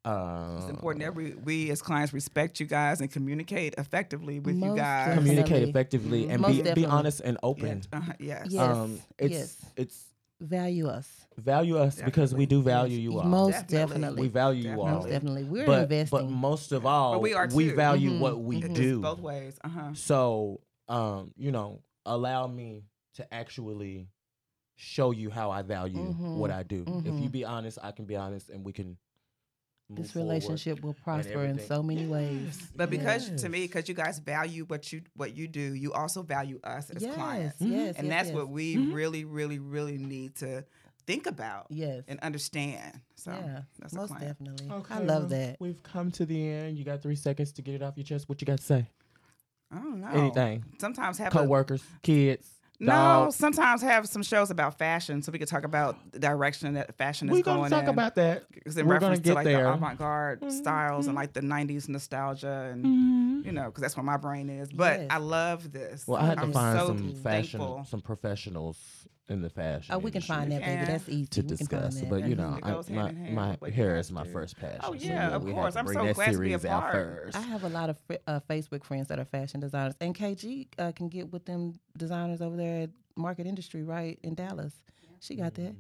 A: Um,
B: It's important that we, we as clients respect you guys and communicate effectively with you
C: Most
B: guys.
C: definitely.
A: Communicate effectively and
E: Most
A: be, be
E: definitely.
A: honest and open. Um,
B: Yeah, uh-huh, yes.
C: Yeah. Yes,
A: it's
C: yes.
A: it's
C: Value us.
A: value us because we do value you all.
C: Most
B: Definitely.
C: definitely.
A: we value you all.
C: Most definitely. We're
A: but,
C: investing.
A: But most of all,
B: But
A: we,
B: we are too.
A: value
C: Mhm.
A: what we
C: Mhm.
B: It's
A: do.
B: both ways. Uh huh.
A: So, um, you know, allow me to actually show you how I value
C: Mhm.
A: what I do. If you
C: Mhm.
A: be honest, I can be honest, and we can. Move
C: this
A: forward.
C: relationship will prosper in
A: everything.
C: so many ways.
A: Yes,
B: But because to me,
A: yes.
B: because you guys value what you what you do, you also value us as
C: yes,
B: clients, Mm-hmm.
A: Mhm.
C: yes,
B: and
C: yes,
B: that's
C: yes.
B: what we really, really, really need to think about
C: Yes.
B: and understand. So
C: yeah.
B: that's a
C: Most
B: client.
C: definitely. I love
A: well,
C: that.
A: We've come to the end. You got three seconds to get it off your chest. What you got to say?
B: I don't know.
A: Anything.
B: Sometimes Oh, have a,
A: Coworkers, kids.
B: no.
A: dogs.
B: Sometimes have some shows about fashion, so we could talk about the direction that fashion is
A: We're gonna
B: going.
A: talk
B: in.
A: about that.
B: Because in
A: We're gonna
B: reference
A: get
B: to like
A: there.
B: the avant-garde styles and like the '90s nostalgia, and you know, because that's where my brain is. But
C: Yes.
B: I love this.
A: Well, I had to
B: I'm
A: find
B: so
A: some fashion,
B: thankful.
A: some professionals in the fashion.
C: Oh, we can find that,
A: industry
C: baby.
B: Yeah.
C: That's easy.
A: to
C: We can find
A: discuss.
C: that.
A: But you
B: Mhm.
A: know,
B: It
A: I,
B: goes hand
A: my
B: in hand
A: my
B: with what you
A: hair
B: guys
A: is my
B: do.
A: first passion.
B: Oh,
A: so,
B: yeah, of
A: we had
B: course.
A: to
B: I'm
A: bring
B: so
A: that
B: glad to be a
A: series out
B: part.
A: first.
C: I have a lot of fri uh, Facebook friends that are fashion designers, and KG uh, can get with them designers over there at Market Industry, right in Dallas. She got that.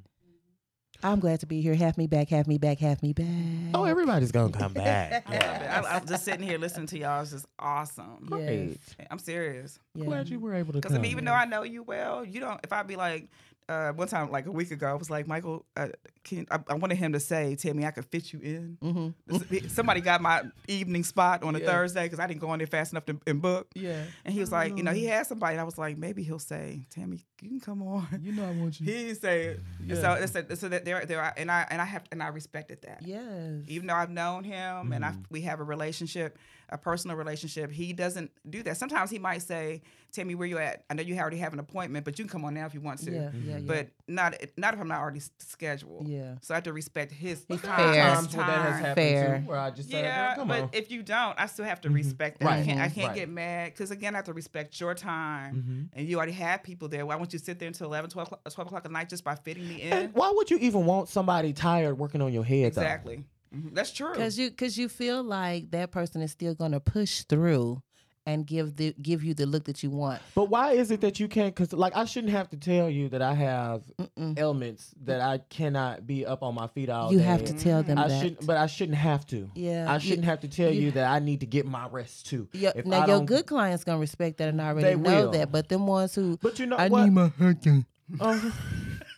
C: I'm glad to be here. Half me back, half me back, half me back.
A: Oh, everybody's gonna come back.
B: I love it. I, I'm just sitting here listening to y'all. It's just awesome.
C: Yes.
A: Great.
B: I'm serious.
C: Yeah.
A: Glad you were able to.
B: Because I
A: come.
B: mean, even though I know you well, you don't. If I be like, uh, one time, like a week ago, I was like, Michael, uh, can, I, I wanted him to say, "Tell me I could fit you in."
C: Mm-hmm.
B: S- Somebody got my evening spot on a
E: Yeah.
B: Thursday because I didn't go in there fast enough to, and book.
E: Yeah.
B: And he was like, you know,
C: Mm.
B: he had somebody. And I was like, maybe he'll say, "Tammy, you can come on."
E: You know I want
B: He didn't say it. And So it's a, so that there, there, are, and I and I have and I respected that.
C: Yes.
B: even though I've known him and
C: Mm-hmm.
B: I we have a relationship, a personal relationship, he doesn't do that. Sometimes he might say, "Tell me where you at. I know you already have an appointment, but you can come on now if you want to."
C: yeah, yeah, yeah.
B: But not not if I'm not already s- scheduled.
C: Yeah.
B: So I have to respect his
C: He's
B: time.
C: fair.
B: his
A: Times where that has
B: time.
A: happened
C: Fair.
A: too, where I just said,
B: Yeah,
A: "Girl, come
B: but
A: on.
B: if you don't, I still have
C: Mm-hmm.
B: to respect that. I
A: Right.
B: can't, I
A: Mhm.
B: can't
A: Right.
B: get mad because again, I have to respect your time,
A: Mm-hmm.
B: and you already have people there. Why won't you sit there until 11, 12, o'clock- 12 o'clock at night just by fitting me in?
A: and why would you even want somebody tired working on your head? though?
B: exactly. Mhm. That's true.
C: because you because you feel like that person is still gonna push through and give the give you the look that you want.
A: But why is it that you can't? Because like I shouldn't have to tell you that I have
C: Mm-mm.
A: ailments that I cannot be up on my feet all
C: You
A: day.
C: have to tell them
A: Mm-hmm. I
C: that.
A: shouldn't, but I shouldn't have to.
C: Yeah,
A: I
C: you-
A: shouldn't have to tell
C: you-
A: you that I need to get my rest too.
C: Yo-
A: If
C: now
A: I
C: your
A: don't-
C: good clients gonna respect that and already
A: They
C: know
A: will.
C: that, but them ones who
A: But you know
C: I
A: what?
C: need my hair done,
A: Uh,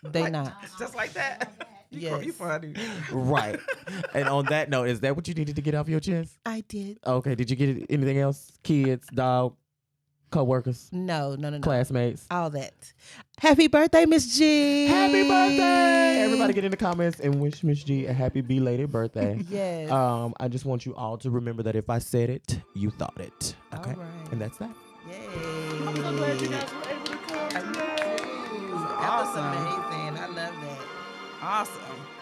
C: they not.
B: just like that. You, yes. you
C: Yes.
B: funny.
A: right. And on that note, is that what you needed to get off your chest?
C: I did.
A: Okay. Did you get anything else? Kids, dog, coworkers,
C: No, no, no, no.
A: classmates.
C: All that. Happy birthday, Miss G.
A: Happy birthday! Everybody get in the comments and wish Miss G a happy belated birthday.
C: Yes.
A: Um, I just want you all to remember that if I said it, you thought it. Okay.
C: right.
A: And that's that.
C: Yay.
B: That was
C: That was
B: awesome.
C: amazing. I love that.
B: Awesome.